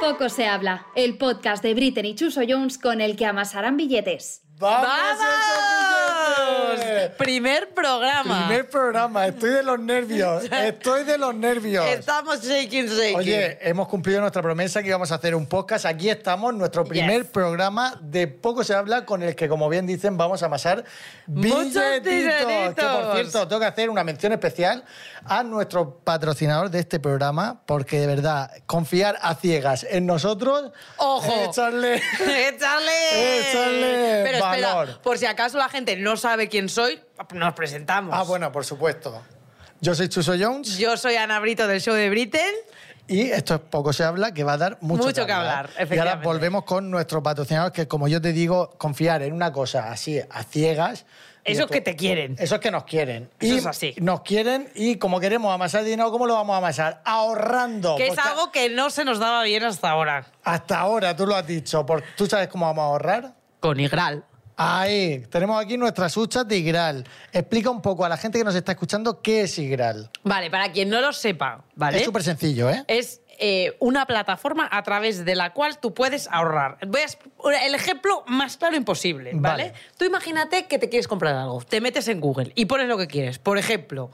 Poco se habla, el podcast de Britten y Chuso Jones con el que amasarán billetes. ¡Vamos! ¡Vamos! Enzo Vicente! Primer programa. Primer programa, estoy de los nervios, estoy de los nervios. Estamos shaking, shaking. Oye, hemos cumplido nuestra promesa que íbamos a hacer un podcast. Aquí estamos, nuestro primer Yes. programa de Poco se habla, con el que, como bien dicen, vamos a amasar Muchos billetitos. Que, por dineritos. cierto, tengo que hacer una mención especial a nuestro patrocinador de este programa, porque de verdad, confiar a ciegas en nosotros. Ojo. es Echarle. ¡Échale! Échale Pero espera, valor. por si acaso la gente no sabe quién soy, nos presentamos. Ah, bueno, por supuesto. Yo soy Chuso Jones. Yo soy Ana Brito del show de Britain. Y esto es Poco se habla, que va a dar mucho, Mucho que hablar, Y ahora efectivamente. volvemos con nuestros patrocinadores, que como yo te digo, confiar en una cosa así, a ciegas. Esos esto- que te quieren. Esos que nos quieren. Eso y es así. Nos quieren y como queremos amasar dinero, ¿cómo lo vamos a amasar? Ahorrando. Que es Porque algo que no se nos daba bien hasta ahora. Hasta ahora, tú lo has dicho. por- ¿Tú sabes cómo vamos a ahorrar? Con Igral. Ahí, tenemos aquí nuestras huchas de Igral. Explica un poco a la gente que nos está escuchando qué es Igral. Vale, para quien no lo sepa, ¿vale? Es súper sencillo, ¿eh? es eh, una plataforma a través de la cual tú puedes ahorrar. Voy a exp- el ejemplo más claro imposible, ¿vale? Vale. Tú imagínate que te quieres comprar algo, te metes en Google y pones lo que quieres. Por ejemplo,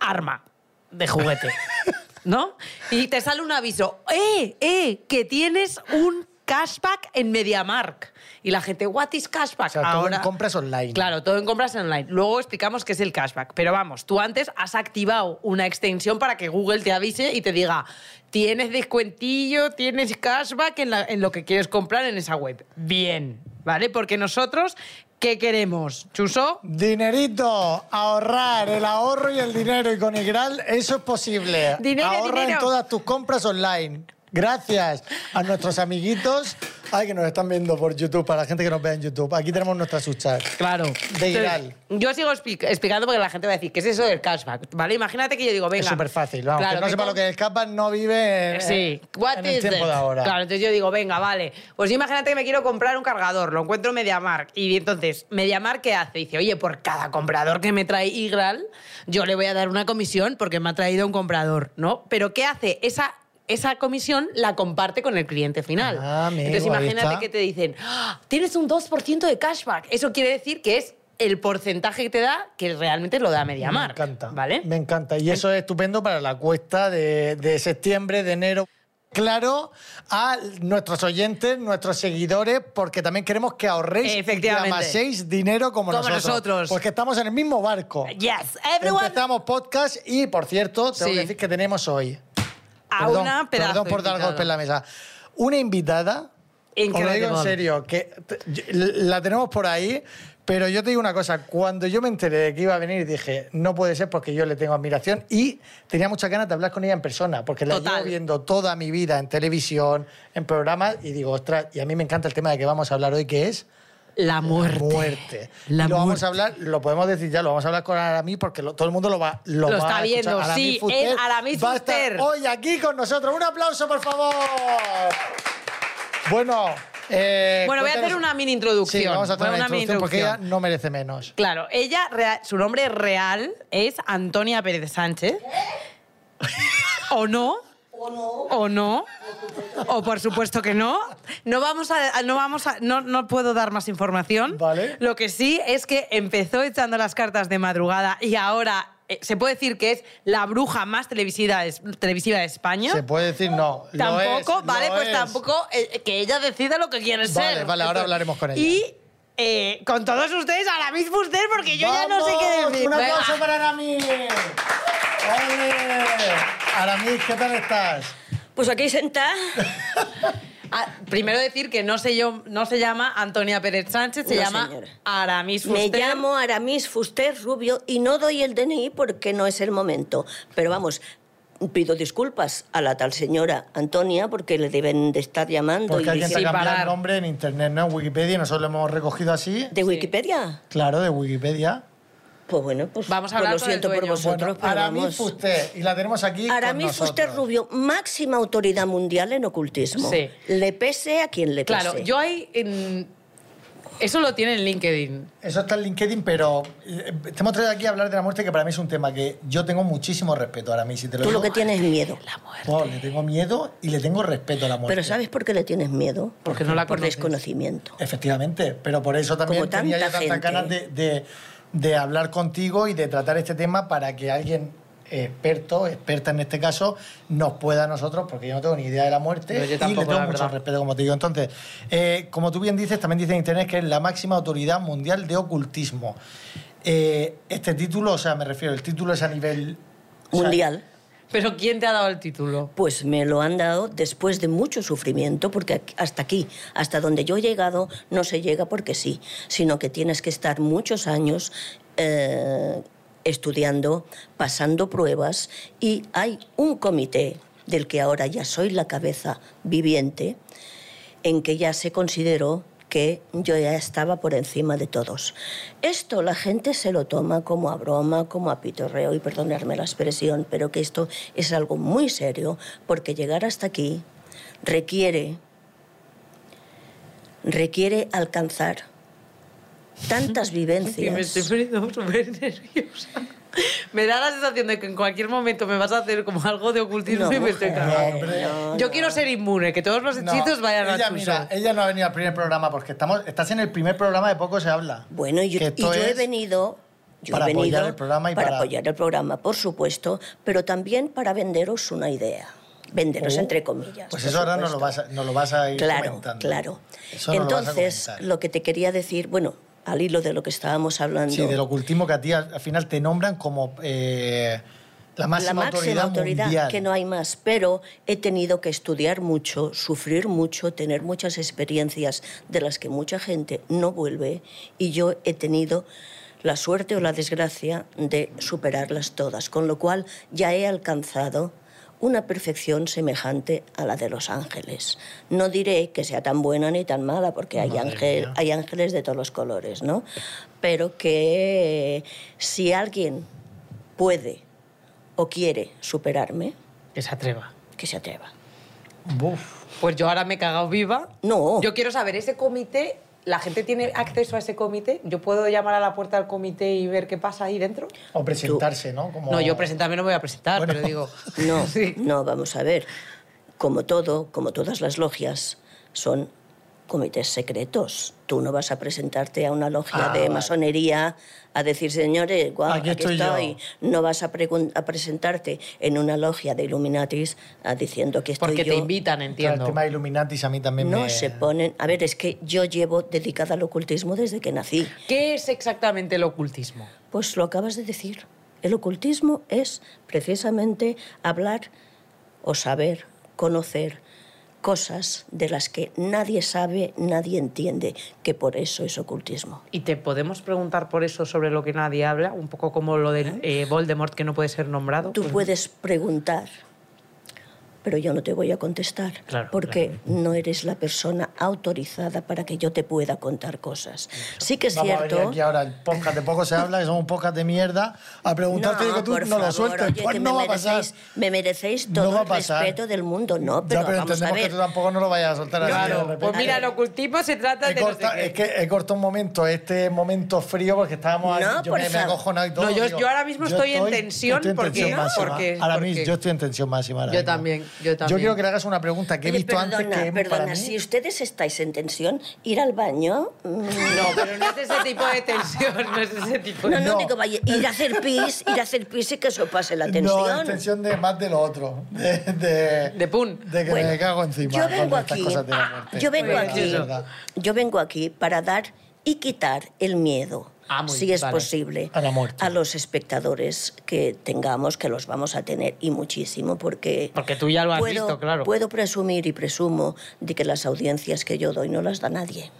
arma de juguete, ¿no? Y te sale un aviso, ¡eh, eh! Que tienes un cashback en MediaMark. Y la gente, ¿what is cashback? O sea, todo en compras online. Claro, todo en compras online. Luego explicamos qué es el cashback. Pero vamos, tú antes has activado una extensión para que Google te avise y te diga, tienes descuentillo, tienes cashback en, la- en lo que quieres comprar en esa web. Bien, ¿vale? Porque nosotros, ¿qué queremos? ¿Chuso? Dinerito, ahorrar, el ahorro y el dinero. Y con Igral eso es posible. Dinero, Ahorra en dinero. todas tus compras online. Gracias a nuestros amiguitos. Ay, que nos están viendo por YouTube, para la gente que nos vea en YouTube. Aquí tenemos nuestras huchas. Claro. Giral. Yo sigo expli- explicando porque la gente va a decir, ¿qué es eso del cashback? ¿Vale? Imagínate que yo digo, venga. Es súper fácil. Vamos, Claro, que no me sepa lo com- que es el Kappa, no vive en, Sí, what Eh, en el is tiempo it? de ahora. Claro, entonces yo digo, venga, vale. Pues imagínate que me quiero comprar un cargador, lo encuentro en MediaMark. Y entonces, ¿MediaMark qué hace? Dice, oye, por cada comprador que me trae Igral, yo le voy a dar una comisión porque me ha traído un comprador, ¿no? Pero ¿qué hace? Esa. Esa comisión la comparte con el cliente final. Ah, amigo, Entonces ahí imagínate está. que te dicen, "Ah, tienes un 2% de cashback. Eso quiere decir que es el porcentaje que te da que realmente lo da Me MediaMark. encanta. ¿Vale? Me encanta. Y eso es estupendo para la cuesta de, de septiembre, de enero. Claro, a nuestros oyentes, nuestros seguidores, porque también queremos que ahorréis Efectivamente. y amaséis dinero como, Como nosotros, nosotros. Porque estamos en el mismo barco. Yes, everyone Empezamos podcast y, por cierto, tengo Sí. que decir que tenemos hoy. a perdón, una pedazo perdón por dar invitada. golpe en la mesa. Una invitada. Os lo digo en Incredible. serio, que t- yo- la tenemos por ahí, pero yo te digo una cosa, cuando yo me enteré de que iba a venir dije, no puede ser porque yo le tengo admiración y tenía muchas ganas de hablar con ella en persona, porque la Total. llevo viendo toda mi vida en televisión, en programas y digo, ostras, y a mí me encanta el tema de que vamos a hablar hoy, que es La muerte. muerte. La Y lo vamos muerte. a hablar, lo podemos decir ya, lo vamos a hablar con Aramis porque lo- todo el mundo lo va lo, Lo va está a escuchar. viendo, Aramis sí, Fuster es Aramis va a estar Fuster. hoy aquí con nosotros. Un aplauso, por favor. Bueno, eh, Bueno, voy a cuéntanos- hacer una mini introducción. Sí, vamos a hacer Voy una, a una mini introducción porque ella introducción. no merece menos. Claro, ella, rea- su nombre real es Antonia Pérez Sánchez. ¿O no? ¿O no? O por supuesto que no. No vamos a. No, vamos a- no, no puedo dar más información. Vale. Lo que sí es que empezó echando las cartas de madrugada y ahora eh, se puede decir que es la bruja más televisiva, de- televisiva de España. Se puede decir no. lo Tampoco, es, vale, lo pues es. tampoco eh, que ella decida lo que quiere Vale, ser. vale, ahora hablaremos con ella. Y eh, con todos ustedes, ahora mismo usted, porque yo ya no sé qué ¡Vamos! decir. Un aplauso Venga. para Aramis. ¡Ole! Aramis, ¿qué tal estás? Pues aquí sentada. Ah, primero decir que no se, yo, no se llama Antonia Pérez Sánchez, se No, llama señora. Aramis Me Fuster. llamo Aramis Fuster Rubio y no doy el DNI porque no es el momento. Pero vamos, pido disculpas a la tal señora Antonia porque le deben de estar llamando. Porque y alguien te ha sin diciendo- cambiado el parar. nombre en internet, ¿no? En Wikipedia, y nosotros lo hemos recogido así. ¿De Wikipedia? Claro, de Wikipedia. Pues bueno, pues, Vamos a pues hablar lo con el siento por dueño. vosotros. pero Aramis vamos. Fuster, y la tenemos aquí con Aramis nosotros. Fuster Rubio, máxima autoridad mundial en ocultismo. Sí. Le pese a quien le pese. Claro, yo ahí. en- Eso lo tiene en LinkedIn. Eso está en LinkedIn, pero eh, te hemos traído aquí a hablar de la muerte, que para mí es un tema que yo tengo muchísimo respeto ahora mí, si te lo Tú digo. lo que tienes es miedo. La muerte. Oh, le tengo miedo y le tengo respeto a la muerte. Pero ¿sabes por qué le tienes miedo? Porque no la Por conoces. desconocimiento. Efectivamente, pero por eso también Como tenía yo tanta tantas gente. ganas de, de- de hablar contigo y de tratar este tema para que alguien experto, experta en este caso, nos pueda a nosotros, porque yo no tengo ni idea de la muerte No, yo y tampoco, le tengo la mucho verdad. respeto, como te digo. Entonces, eh, como tú bien dices, también dice en Internet que es la máxima autoridad mundial de ocultismo. Eh, este título, o sea, me refiero, el título es a nivel... o sea, Mundial. Pero ¿quién te ha dado el título? Pues me lo han dado después de mucho sufrimiento, porque aquí- hasta aquí, hasta donde yo he llegado, no se llega porque sí, sino que tienes que estar muchos años eh, estudiando, pasando pruebas, y hay un comité del que ahora ya soy la cabeza viviente, en que ya se consideró que yo ya estaba por encima de todos. Esto la gente se lo toma como a broma, como a pitorreo, y perdonarme la expresión, pero que esto es algo muy serio, porque llegar hasta aquí requiere, requiere alcanzar tantas Que me estoy vivencias. poniendo súper nerviosa. Me da la sensación de que en cualquier momento me vas a hacer como algo de ocultismo No, y me estoy mujer, cagando. hombre. no, Yo no. quiero ser inmune, que todos los no, hechizos vayan a ella, tu mira, eh. show. ella no ha venido al primer programa porque estamos, estás en el primer programa de poco se habla. Bueno, y yo, Que y esto yo he es- venido... Yo para he apoyar venido el programa y para- apoyar el programa, por supuesto, pero también para venderos una idea. Venderos Oh. entre comillas. Pues por eso ahora nos lo, supuesto. vas a, nos lo vas a ir Claro, comentando. claro. Eso nos lo vas a Entonces, comentar. lo, que te quería decir, bueno, al hilo de lo que estábamos hablando, Sí, del ocultismo que a ti al al final te nombran como eh, la máxima, la máxima autoridad, mundial. que no hay más, pero he tenido que estudiar mucho, sufrir mucho, tener muchas experiencias de las que mucha gente no vuelve y yo he tenido la suerte o la desgracia de superarlas todas, con lo cual ya he alcanzado una perfección semejante a la de los ángeles. No diré que sea tan buena ni tan mala, porque hay, Madre ángel, mía. hay ángeles de todos los colores, ¿no? Pero que si alguien puede o quiere superarme, Que se atreva. que se atreva. Buf. Pues yo ahora me he cagado viva. No. Yo quiero saber, ese comité, ¿la gente tiene acceso a ese comité? ¿Yo puedo llamar a la puerta del comité y ver qué pasa ahí dentro? O presentarse, ¿no? Como... No, yo presentarme no me voy a presentar, Bueno. pero digo... No, Sí. no, vamos a ver. Como todo, como todas las logias, son comités secretos. Tú no vas a presentarte a una logia Ah, de vale. masonería a decir, señores, guau, Aquí aquí, estoy estoy. yo". No vas a, pregun- a presentarte en una logia de Illuminatis a diciendo que estoy Porque yo. te invitan, Claro, El entiendo. tema de Illuminatis a mí también No me... se ponen. A ver, es que yo llevo dedicada al ocultismo desde que nací. ¿Qué es exactamente el ocultismo? Pues lo acabas de decir. El ocultismo es precisamente hablar o saber, conocer cosas de las que nadie sabe, nadie entiende, que por eso es ocultismo. Y te podemos preguntar por eso sobre lo que nadie habla, un poco como lo de eh, Voldemort que no puede ser nombrado. Tú Pues, puedes preguntar, pero yo no te voy a contestar, Claro, porque no eres la persona autorizada para que yo te pueda contar cosas. Sí que es Vamos a venir cierto... aquí ahora el podcast de poco se habla, que somos un podcast de mierda, a preguntarte que tú por no lo favor, sueltes. oye, pues que no va me a pasar. merecéis, me merecéis No todo va a el pasar. respeto del mundo, no, pero, ya, pero vamos a entendemos ver. que tú tampoco no lo vayas a soltar así de Claro, repente. pues mira, el ocultismo se trata He de... no sé corta- qué. es que he cortado un momento, este momento frío, porque estábamos ahí, No, yo por me, me he favor. acojonado y todo. No, yo- digo, yo ahora mismo estoy en tensión estoy en porque- tensión máxima. porque- ahora porque- mismo yo estoy en tensión máxima. ahora Yo mismo. también, yo también. Yo quiero que le hagas una pregunta que he Oye, visto perdona, antes que perdona, para mí... si ustedes estáis en tensión, ir al baño. mm, No, pero no es ese tipo de tensión, no es ese tipo de... No, no, no. digo, vaya, ir a hacer pis, ir a hacer pis y que eso pase la No, tensión. es tensión de más de lo otro. De, de, De pun. de que Bueno, me cago encima. yo vengo con estas aquí- cosas de la muerte. Pues, yo vengo Es aquí- verdad. Yo vengo aquí para dar y quitar el miedo, Ah, muy si bien, es vale. posible, A la muerte. a los espectadores que tengamos, que los vamos a tener y muchísimo, porque Porque tú ya lo has visto, claro. puedo presumir y presumo de que las audiencias que yo doy no las da nadie.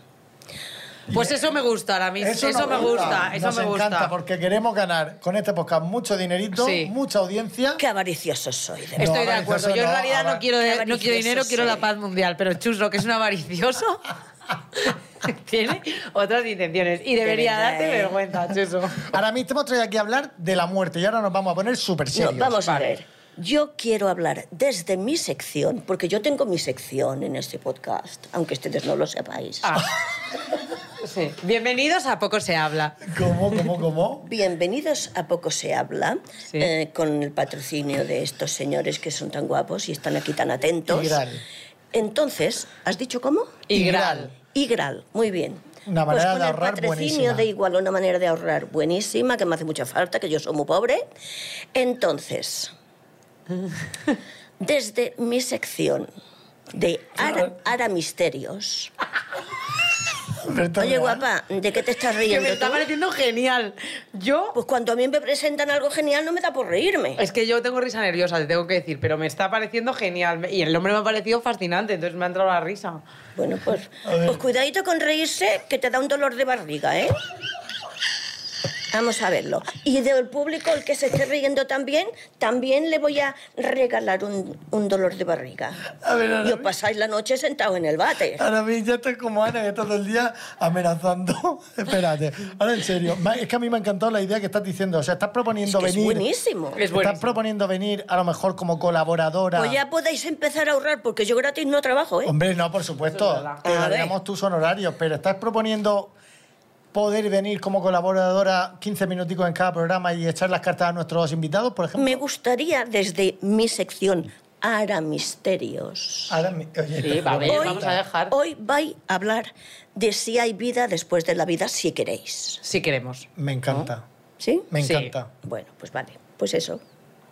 Pues eso me gusta, ahora mismo. Eso, nos me gusta, eso Nos me gusta. encanta porque queremos ganar con este podcast mucho dinerito, Sí. mucha audiencia. Qué avaricioso soy, de verdad. No, Estoy de avaricioso acuerdo. Yo en no, realidad avar- no quiero, Qué no quiero avaricioso dinero, quiero la soy. paz mundial. Pero Chuslo, que es un avaricioso, tiene otras intenciones. Y debería verdad, darte ¿eh? vergüenza, Chuslo. Ahora mismo te hemos traído aquí a hablar de la muerte y ahora nos vamos a poner súper No, serios. vamos Vale. a ver. Yo quiero hablar desde mi sección, porque yo tengo mi sección en este podcast, aunque ustedes no lo sepáis. Ah. Sí. Bienvenidos a Poco se habla. ¿Cómo, cómo, cómo? Bienvenidos a Poco se habla, Sí. eh, con el patrocinio de estos señores que son tan guapos y están aquí tan atentos. Igral. Entonces, ¿has dicho cómo? Y Igral. Gral. Igral, muy bien. Una manera pues con de ahorrar el patrocinio buenísima. de Igual, una manera de ahorrar buenísima, que me hace mucha falta, que yo soy muy pobre. Entonces, desde mi sección de Ara, Ara Misterios. Berta Oye, Real. guapa, ¿de qué te estás Que riendo me está tú? pareciendo genial. Yo Pues cuando a mí me presentan algo genial no me da por reírme. Es que yo tengo risa nerviosa, te tengo que decir, pero me está pareciendo genial. Y el nombre me ha parecido fascinante, entonces me ha entrado la risa. Bueno, pues, A ver. pues cuidadito con reírse, que te da un dolor de barriga, ¿eh? Vamos a verlo. Y del público, el que se esté riendo también, también le voy a regalar un, un dolor de barriga. A ver, Y ahora, os pasáis la noche sentados en el váter. ahora mí ya estoy como Ana, que todo el día amenazando. Espérate. Ahora, en serio, ma- es que a mí me ha encantado la idea que estás diciendo. O sea, estás proponiendo Que es venir... buenísimo. Es Estás buenísimo. proponiendo venir a lo mejor como colaboradora. Pues ya podéis empezar a ahorrar, porque yo gratis no trabajo, ¿eh? Hombre, no, por supuesto. Eso es verdad. Te A ver. daríamos tus honorarios, pero estás proponiendo poder venir como colaboradora 15 minuticos en cada programa y echar las cartas a nuestros invitados, por ejemplo. Me gustaría, desde mi sección, Ara Misterios. Ahora mi- oye, Sí, va a ver, Hoy- vamos a dejar. Hoy vais a hablar de si hay vida después de la vida, si queréis. Si queremos. Me encanta. ¿Sí? Me Sí. encanta. Bueno, pues vale, pues eso.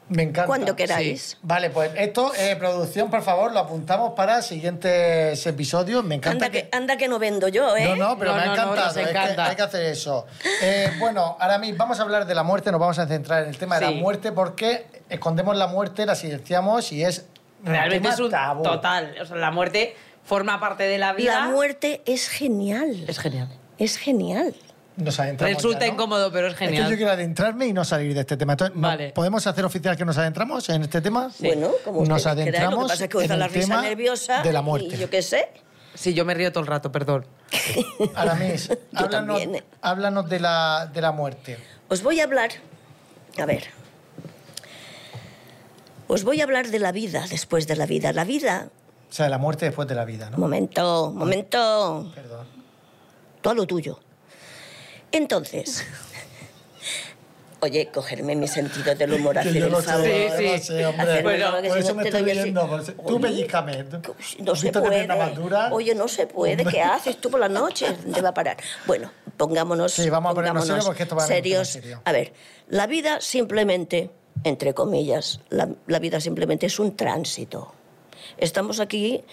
Me encanta. Cuando queráis. Vale, pues esto, eh, producción, por favor, lo apuntamos para siguientes episodios. Me encanta Anda que, anda que no vendo yo, ¿eh? No, no, pero No, me ha no, no, encantado. nos es que encanta. hay que hacer eso. Eh, bueno, ahora mismo vamos a hablar de la muerte, nos vamos a centrar en el tema de Sí. la muerte porque escondemos la muerte, la silenciamos y es Realmente tema es un tabú. total. O sea, la muerte forma parte de la vida. La muerte es genial. es genial. Es genial. Nos adentramos Resulta ya, ¿no? incómodo, pero es Es genial. que yo quiero adentrarme y no salir de este tema. Entonces, ¿no- Vale. ¿Podemos hacer oficial que nos adentramos en este tema? Bueno, como nos ustedes queráis, adentramos Lo que pasa es que os da en la el tema risa nerviosa de la muerte. Y yo qué sé. Sí, yo me río todo el rato, perdón. Aramis, háblanos, también, eh. háblanos de, la, de la muerte. Os voy a hablar. A ver. Os voy a hablar de la vida después de la vida. La vida. O sea, de la muerte después de la vida, ¿no? Momento, momento. Perdón. tú a lo tuyo. Entonces, oye, cogerme mi sentido del humor, hacer el favor. sé, Sí, sí. hacer- Bueno, Bueno, que por si eso no me te estoy doy ese- riendo. por eso- Tú Oye, pellizcame. tú- No se ¿Viste que puede. ¿eh? pierna más dura? Oye, no se puede. ¿Qué haces tú por las noches? ¿Dónde va a parar? Bueno, pongámonos, Sí, vamos a ponernos pongámonos serios porque esto va a ser un tema serios. serio. A ver, la vida simplemente, entre comillas, la, la vida simplemente es un tránsito. Estamos aquí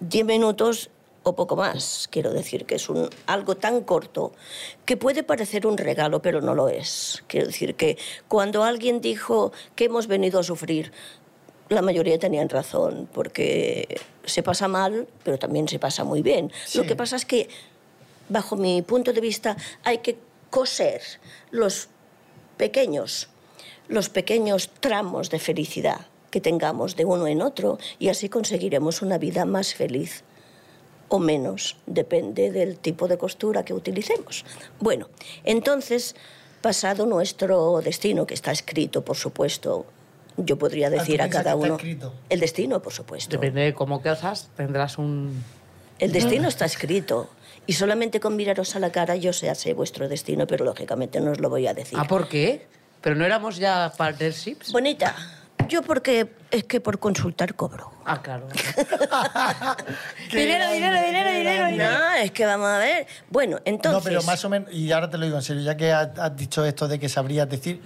10 minutos o poco más. Quiero decir que es un, algo tan corto que puede parecer un regalo, pero no lo es. Quiero decir que cuando alguien dijo que hemos venido a sufrir, la mayoría tenían razón, porque se pasa mal, pero también se pasa muy bien. Lo Sí. que pasa es que, bajo mi punto de vista, hay que coser los pequeños, los pequeños tramos de felicidad que tengamos de uno en otro y así conseguiremos una vida más feliz o menos, depende del tipo de costura que utilicemos. Bueno, entonces, pasado nuestro destino, que está escrito, por supuesto, yo podría Ah, tú decir a piensas cada que está uno... escrito. El destino, por supuesto. Depende de cómo casas, tendrás un. El destino está escrito. Y solamente con miraros a la cara yo sé hacer vuestro destino, pero lógicamente no os lo voy a decir. ¿Ah, por qué? ¿Pero no éramos ya partnerships? Bonita, yo porque es que por consultar cobro. Ah, claro. Dinero, dinero, dinero, dinero, No, es que vamos a ver. Bueno, entonces... No, pero más o menos, y ahora te lo digo en serio, ya que has, has dicho esto de que sabrías decir,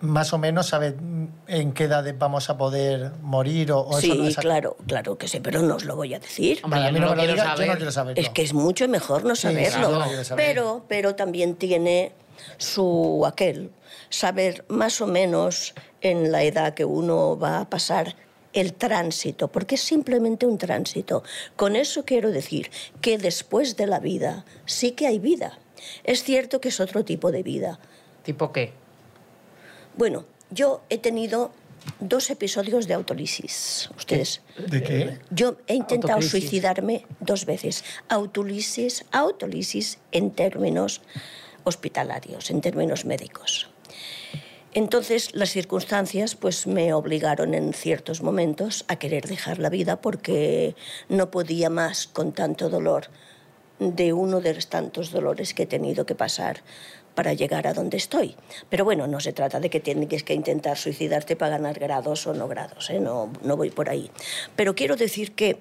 más o menos sabes mm, en qué edades vamos a poder morir o, o eso no Sí, es- claro, claro que sé, pero no os lo voy a decir. Hombre, Vale, a yo mí no no, lo me lo quiero digas, yo no saber. quiero saberlo. Es que es mucho mejor no saberlo. claro, yo lo sabía. pero, pero también tiene su aquel, saber más o menos en la edad que uno va a pasar el tránsito, porque es simplemente un tránsito. Con eso quiero decir que después de la vida sí que hay vida. Es cierto que es otro tipo de vida. ¿Tipo qué? Bueno, yo he tenido dos episodios de autolisis. Ustedes. ¿De qué? Yo he intentado Autocrisis. suicidarme dos veces. Autolisis, autolisis en términos hospitalarios, en términos médicos. Entonces, las circunstancias pues, me obligaron en ciertos momentos a querer dejar la vida porque no podía más con tanto dolor de uno de los tantos dolores que he tenido que pasar para llegar a donde estoy. Pero bueno, no se trata de que tienes que intentar suicidarte para ganar grados o no grados, ¿eh? no, no voy por ahí. Pero quiero decir que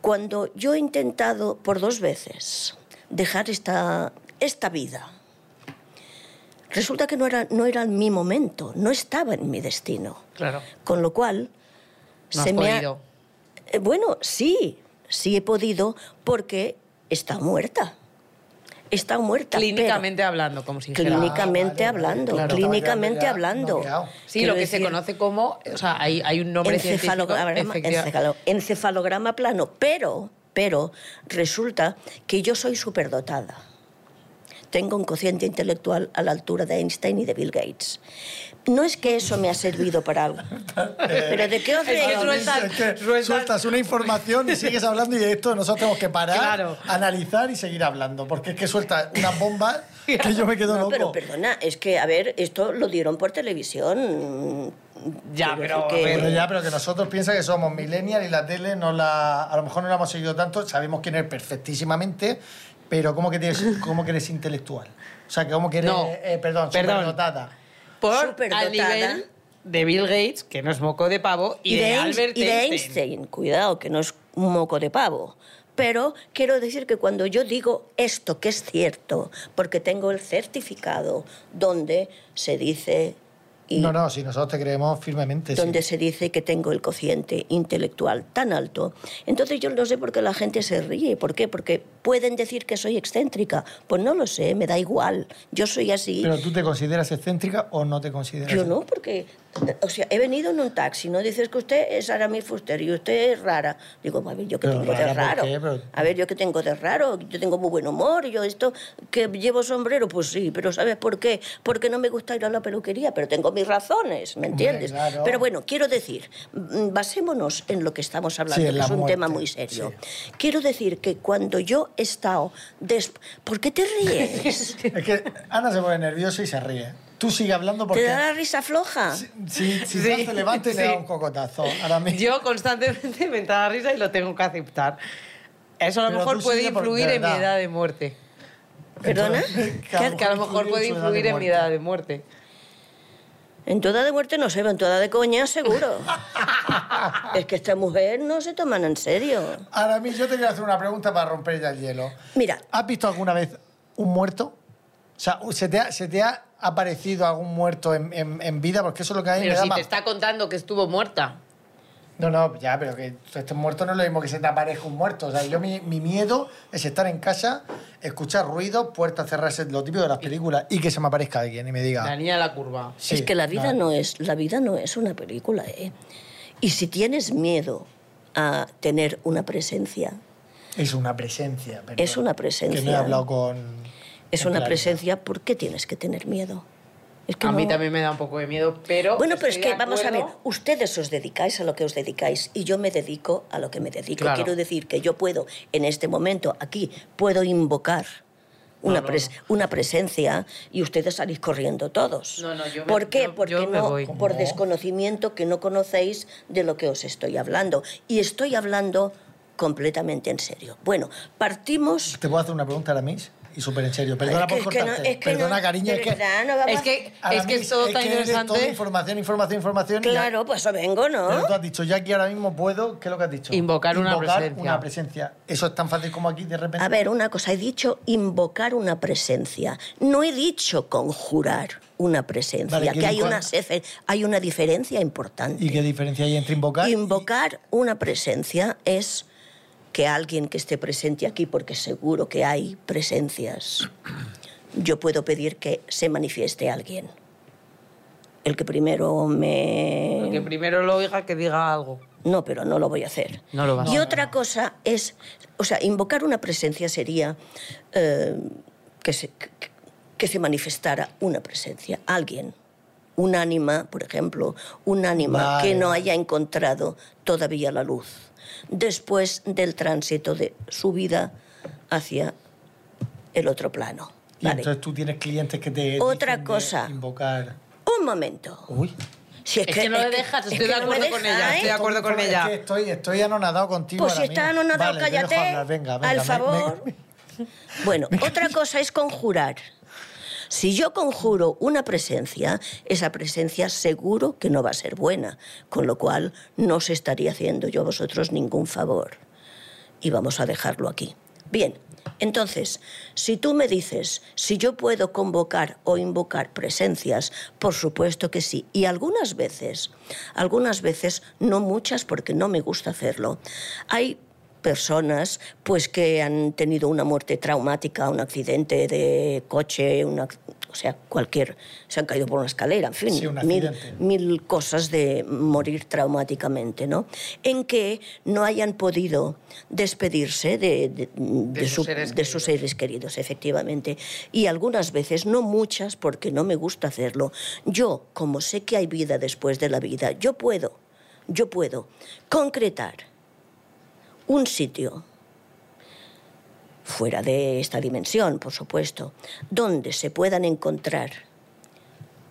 cuando yo he intentado por dos veces dejar esta, esta vida, resulta que no era, no era mi momento, no estaba en mi destino. Claro. Con lo cual, No has se me ha- podido. Eh, Bueno, sí, sí he podido porque está muerta. Está muerta. pero- Clínicamente hablando, como si dijera. clínicamente Ah, vale, vale, hablando, claro. Estaba clínicamente yo ya hablando. noqueado. Sí, Quiero lo que se decir, conoce como, o sea, hay, hay un nombre científico. encefalograma, efectiva- encefalo- encefalograma plano, pero, pero resulta que yo soy superdotada. Tengo un cociente intelectual a la altura de Einstein y de Bill Gates. No es que eso me ha servido para algo. Pero ¿de qué os Es que reís? sueltas- Es que sueltas- sueltas una información y sigues hablando y de esto nosotros tenemos que parar, Claro. analizar y seguir hablando, porque es que sueltas unas bombas que yo me quedo No, loco. pero perdona, es que, a ver, esto lo dieron por televisión. Ya, Quiero pero, decir a Bueno, ya, pero que nosotros piensa que somos millennial y la tele no la, a lo mejor no la hemos seguido tanto, sabemos quién eres perfectísimamente, pero ¿cómo que, tienes, cómo que eres intelectual? O sea, que ¿cómo que eres, No. eh, perdón, Perdón. superdotada? Por Superdotada. al nivel de Bill Gates, que no es moco de pavo, y, de, Einst- Albert y de Einstein. Einstein, cuidado, que no es un moco de pavo. Pero quiero decir que cuando yo digo esto que es cierto, porque tengo el certificado donde se dice y No, no, si nosotros te creemos firmemente. sí. donde se dice que tengo el cociente intelectual tan alto, entonces yo no sé por qué la gente se ríe. ¿Por qué? Porque pueden decir que soy excéntrica. Pues no lo sé, me da igual. Yo soy así. Pero tú te consideras excéntrica o no te consideras. Yo no, porque, o sea, he venido en un taxi, ¿no? Dices que usted es Aramis Fuster y usted es rara. Digo, a ver, ¿yo qué Pero tengo de rara, raro? ¿por qué? Pero- A ver, ¿yo qué tengo de raro? Yo tengo muy buen humor, yo esto, que llevo sombrero, pues sí, pero ¿sabes por qué? Porque no me gusta ir a la peluquería, pero tengo mis razones, ¿me entiendes? claro. Pero bueno, quiero decir, mm, basémonos en lo que estamos hablando, Sí, en que la es un muerte, tema muy serio. sí. Quiero decir que cuando yo he estado... des- ¿Por qué te ríes? Es que Ana se pone nerviosa y se ríe. Tú sigue hablando ¿Te porque. da la risa floja? Si, si Sí, no te levantas y te sí. da un cocotazo. Ahora mismo. Yo constantemente me entra la risa y lo tengo que aceptar. Eso a lo Pero mejor tú puede sigue por- de influir en mi verdad. edad de muerte. ¿Perdona? Que a lo mejor puede influir en mi edad de muerte. En toda de muerte no sé, pero en toda de coña seguro. es que esta mujer no se toman en serio. Ahora mismo yo te quiero hacer una pregunta para romper ya el hielo. Mira, ¿Has visto alguna vez un muerto? O sea, ¿se te ha, se te ha aparecido algún muerto en, en- en vida? Porque eso es lo que a mí me Pero da si más- te está contando que estuvo muerta. No, no, ya, pero que este muerto no es lo mismo que se te aparezca un muerto. O sea, yo mi, mi miedo es estar en casa, escuchar ruido, puertas cerrarse, lo típico de las películas, y que se me aparezca alguien y me diga... La niña de la curva. "Sí, es que la vida no". no es, la vida no es una película, ¿eh? Y si tienes miedo a tener una presencia, Es una presencia. perdón. Es una presencia. Que no he hablado con... es con una claridad. presencia, ¿por qué tienes que tener miedo? Es que A mí no- también me da un poco de miedo, pero. Bueno, pero es Oh, estoy que de vamos a ver, acuerdo. ustedes os dedicáis a lo que os dedicáis y yo me dedico a lo que me dedico. Claro. Quiero decir que yo puedo, en este momento, aquí, puedo invocar una, no, pres- una presencia y ustedes salís corriendo todos. No, no, yo me- ¿Por qué? yo- Porque yo me no, voy. por desconocimiento que no conocéis de lo que os estoy hablando. Y estoy hablando completamente en serio. Bueno, partimos... ¿Te puedo hacer una pregunta ahora mismo? Y súper en serio. Perdona Es que- por es que no- cortarte. es que no- Perdona, cariño. de Es que, verdad, no vamos Es a- que, ahora es que es mismo todo tan que eres interesante. todo información, información, información. y ya- Claro, pues eso vengo, ¿no? Pero tú has dicho, yo aquí ahora mismo puedo, ¿qué es lo que has dicho? Invocar una presencia. una presencia. Eso es tan fácil como aquí, de repente. A ver, una cosa, he dicho invocar una presencia. No he dicho conjurar una presencia, Vale, ¿qué que hay dijo? una, sefe- hay una diferencia importante. ¿Y qué diferencia hay entre invocar? Invocar una presencia es que alguien que esté presente aquí, porque seguro que hay presencias, yo puedo pedir que se manifieste alguien. El que primero me... Que primero lo oiga que diga algo. No, pero no lo voy a hacer. No lo vas a Y hacer. otra cosa es, o sea, invocar una presencia sería eh, que, se, que- que se manifestara una presencia, alguien, un ánima, por ejemplo, un ánima Vale. que no haya encontrado todavía la luz después del tránsito de su vida hacia el otro plano. Y Vale. entonces tú tienes clientes que te. Otra dicen de cosa. Invocar. Un momento. Uy. Si Es que no le es dejas, es estoy que de no me acuerdo con deja, ella, estoy de ¿eh? acuerdo con Es ella. que estoy, estoy anonadado contigo. Pues si ahora está mismo. anonadado, Vale, te dejo cállate. hablar, Venga, venga. al me- favor. me- Bueno, otra cosa es conjurar. Si yo conjuro una presencia, esa presencia seguro que no va a ser buena, con lo cual no se estaría haciendo yo a vosotros ningún favor. Y vamos a dejarlo aquí. Bien, entonces, si tú me dices si yo puedo convocar o invocar presencias, por supuesto que sí. Y algunas veces, algunas veces, no muchas porque no me gusta hacerlo, hay personas pues que han tenido una muerte traumática, un accidente de coche, una, o sea, cualquier, se han caído por una escalera, en fin, Sí, un mil, accidente. mil cosas de morir traumáticamente, ¿no? En que no hayan podido despedirse de, de- de sus su- seres de sus seres queridos, efectivamente. Y algunas veces, no muchas, porque no me gusta hacerlo, yo, como sé que hay vida después de la vida, yo puedo, yo puedo concretar un sitio, fuera de esta dimensión, por supuesto, donde se puedan encontrar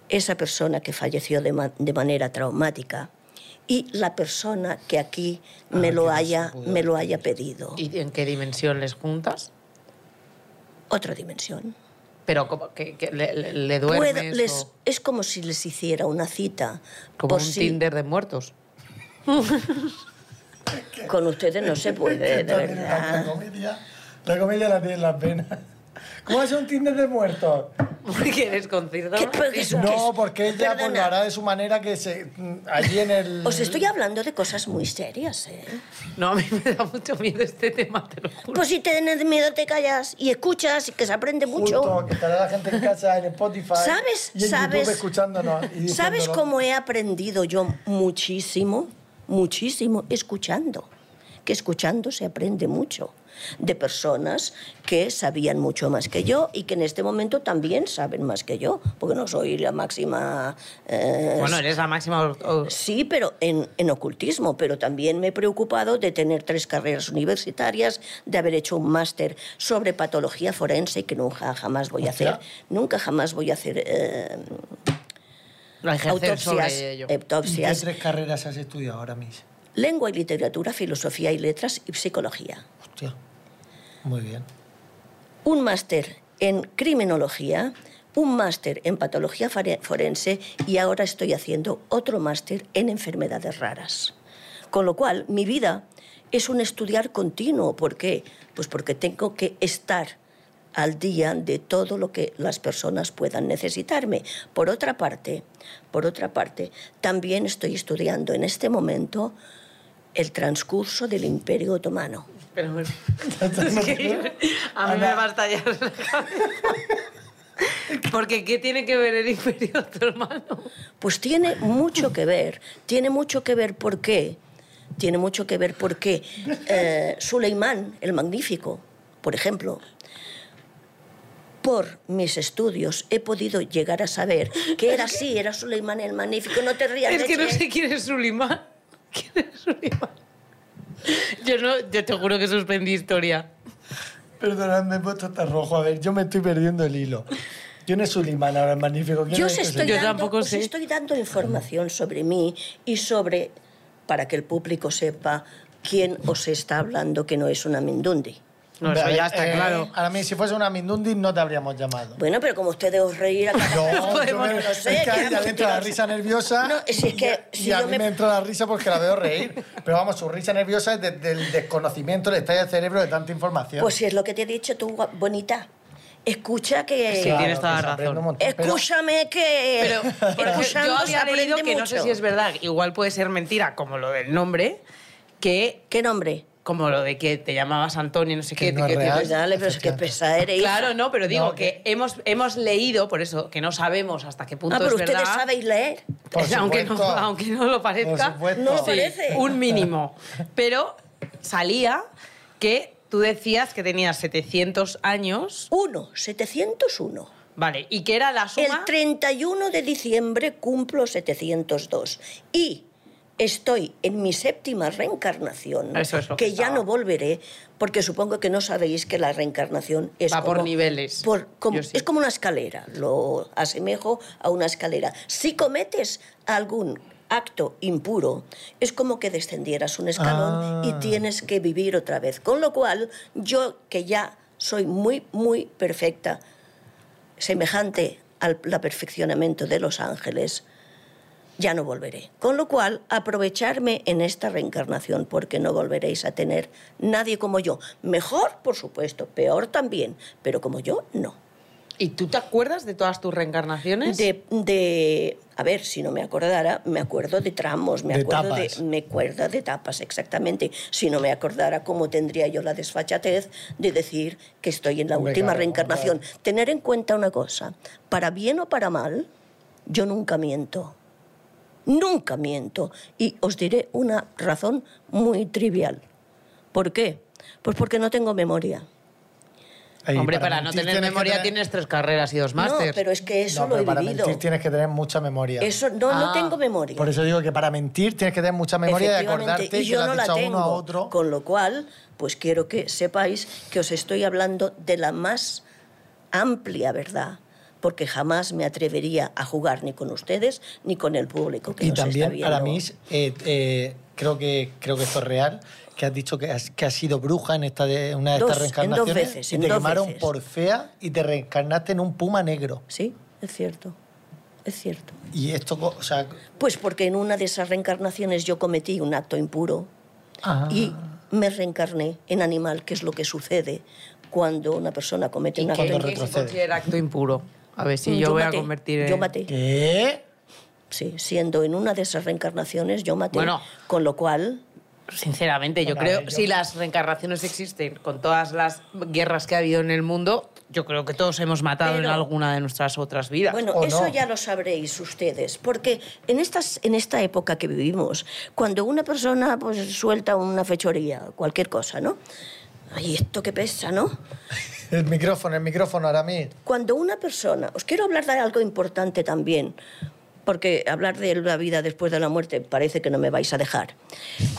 esa persona que falleció de, ma- de manera traumática y la persona que aquí me, Ah, que lo, no se haya, pudo me lo haya pedido. ¿Y en qué dimensión les juntas? Otra dimensión. Pero como que, que le, le- le Puedo- duermes les- pues o- es como si les hiciera una cita. como por un si- Tinder de muertos. Con ustedes no se puede, de La verdad. comedia, la comedia la tiene en las venas. ¿Cómo hace un Tinder de muertos? Porque desconcierto. ¿Qué- pero eso qué No, es? porque ella pues, lo Perdona, hará de su manera que se. mm, Allí en el. Os estoy hablando de cosas muy serias, ¿eh? No, a mí me da mucho miedo este tema, te lo juro. Pues si tenés miedo te callas y escuchas y que se aprende mucho. Justo, que estará la gente en casa, en Spotify. ¿Sabes? Y en ¿Sabes? YouTube escuchándonos. y ¿Sabes diciéndolo. cómo he aprendido yo muchísimo? Muchísimo escuchando. Que escuchando se aprende mucho de personas que sabían mucho más que yo y que en este momento también saben más que yo, porque no soy la máxima... eh, Bueno, eres la máxima... or- or- Sí, pero en, en ocultismo, pero también me he preocupado de tener tres carreras universitarias, de haber hecho un máster sobre patología forense, que nunca jamás voy a Hostia. hacer. Nunca jamás voy a hacer eh, la ejercer autopsias. eh. sobre ello. ¿Y qué autopsias. tres carreras has estudiado ahora, Miss? Lengua y literatura, filosofía y letras y psicología. Hostia. Muy bien. Un máster en criminología, un máster en patología fare- forense y ahora estoy haciendo otro máster en enfermedades raras. Con lo cual, mi vida es un estudiar continuo. ¿Por qué? Pues porque tengo que estar al día de todo lo que las personas puedan necesitarme. Por otra parte, por otra parte, también estoy estudiando en este momento el transcurso del Imperio Otomano. Pero bueno. Es que a mí me Ana. basta ya la cabeza. Porque ¿qué tiene que ver el imperio tu hermano? Pues tiene mucho que ver. Tiene mucho que ver por qué. Tiene mucho que ver por qué. eh, Suleimán el Magnífico, por ejemplo. Por mis estudios he podido llegar a saber que era así, era Suleimán el Magnífico. No te rías. Es que no leche. sé quién es Sulimán. ¿Quién es Sulimán? Yo, no, yo te juro que suspendí historia. Perdonadme, he puesto hasta rojo. A ver, yo me estoy perdiendo el hilo. ¿Quién es Sulimán ahora, el magnífico? ¿Quién Yo es os este estoy, señor? Yo dando, tampoco os sé. estoy dando información sobre mí y sobre, para que el público sepa quién os está hablando que no es una Mindundi. No, A eso ver, ya está eh, claro. Ahora mismo, si fuese una Mindundi, no te habríamos llamado. Bueno, pero como ustedes os reír a cada No, rato, yo me- no sé, es que a ella quedamos le entra la tirados. risa nerviosa. No, si es que y, si y a yo mí me- me... entra la risa porque la veo reír. Pero vamos, su risa nerviosa es desde el desconocimiento, le estalla el cerebro de tanta información. Pues si es lo que te he dicho tú, gua- bonita. Escucha que... Sí, tienes toda que la se aprende razón. un montón, pero- Escúchame que... Pero por ejemplo, escuchando yo se había aprende leído que no sé mucho. si es verdad, igual puede ser mentira, como lo del nombre, que ¿Qué nombre? como lo de que te llamabas Antonio, no sé Que qué. no que es te- real. Pues dale, pero es que efectivamente. pesada eres. hija. Claro, no, pero digo No, que hemos, hemos leído, por eso, que no sabemos hasta qué punto Ah, es pero ustedes verdad. sabéis leer. Por aunque, no, supuesto. aunque no lo Por parezca, supuesto. No lo parece. un mínimo. Pero salía que tú decías que tenías 700 años, 1, 701. vale, y que era la suma... El 31 de diciembre cumplo 702. Y estoy en mi séptima reencarnación, Ah, Eso es lo que que ya estaba. no volveré, porque supongo que no sabéis que la reencarnación es... Va por como- niveles. por- como- Yo sí. Es como una escalera, lo asemejo a una escalera. Si cometes algún acto impuro, es como que descendieras un escalón Ah. y tienes que vivir otra vez. Con lo cual, yo que ya soy muy, muy perfecta, semejante al la perfeccionamiento de los ángeles, ya no volveré. Con lo cual, aprovecharme en esta reencarnación porque no volveréis a tener nadie como yo. Mejor, por supuesto, peor también, pero como yo, no. ¿Y tú te acuerdas de todas tus reencarnaciones? De, de- a ver, si no me acordara, me acuerdo de tramos, me De acuerdo tapas. de me acuerdo de tapas exactamente. Si no me acordara, cómo tendría yo la desfachatez de decir que estoy en la Hombre, última claro, reencarnación. Tener en cuenta una cosa, para bien o para mal, yo nunca miento. Nunca miento. Y os diré una razón muy trivial. ¿Por qué? Pues porque no tengo memoria. Ahí, Hombre, para, no mentir tener tienes que memoria tener- tienes tres carreras y dos másters. No, pero es que eso No, pero lo he para vivido. mentir tienes que tener mucha memoria. Eso no, Ah, no tengo memoria. Por eso digo que para mentir tienes que tener mucha memoria de Efectivamente, acordarte y yo que no lo has dicho la a uno tengo. a otro. Con lo cual, pues quiero que sepáis que os estoy hablando de la más amplia verdad, porque jamás me atrevería a jugar ni con ustedes ni con el público que Y nos está también, viendo. Aramis, eh, eh, creo, que, creo que esto es real, que has dicho que has, que has sido bruja en esta de- una de Dos, estas en reencarnaciones. dos veces, y en te dos quemaron veces. por fea y te reencarnaste en un puma negro. Sí, es cierto. Es cierto. Y esto, co- o sea... Pues porque en una de esas reencarnaciones yo cometí un acto impuro ah, y me reencarné en animal, que es lo que sucede cuando una persona comete ¿Y un acto qué, cuando impuro. qué se retrocede. considera acto impuro? A ver si yo, voy maté, a convertir en... Yo maté. ¿Qué? Sí, siendo en una de esas reencarnaciones yo maté. Bueno. Con lo cual, Sinceramente, yo Bueno, a creo, ver, yo- si las reencarnaciones existen, con todas las guerras que ha habido en el mundo, yo creo que todos hemos matado en Pero- alguna de nuestras otras vidas. bueno, o eso no. ya lo sabréis ustedes, porque en, estas, en esta época que vivimos, cuando una persona pues, suelta una fechoría, cualquier cosa, ¿no? Ay, esto que pesa, ¿no? El micrófono, el micrófono, Aramis. Cuando una persona, os quiero hablar de algo importante también, porque hablar de la vida después de la muerte parece que no me vais a dejar.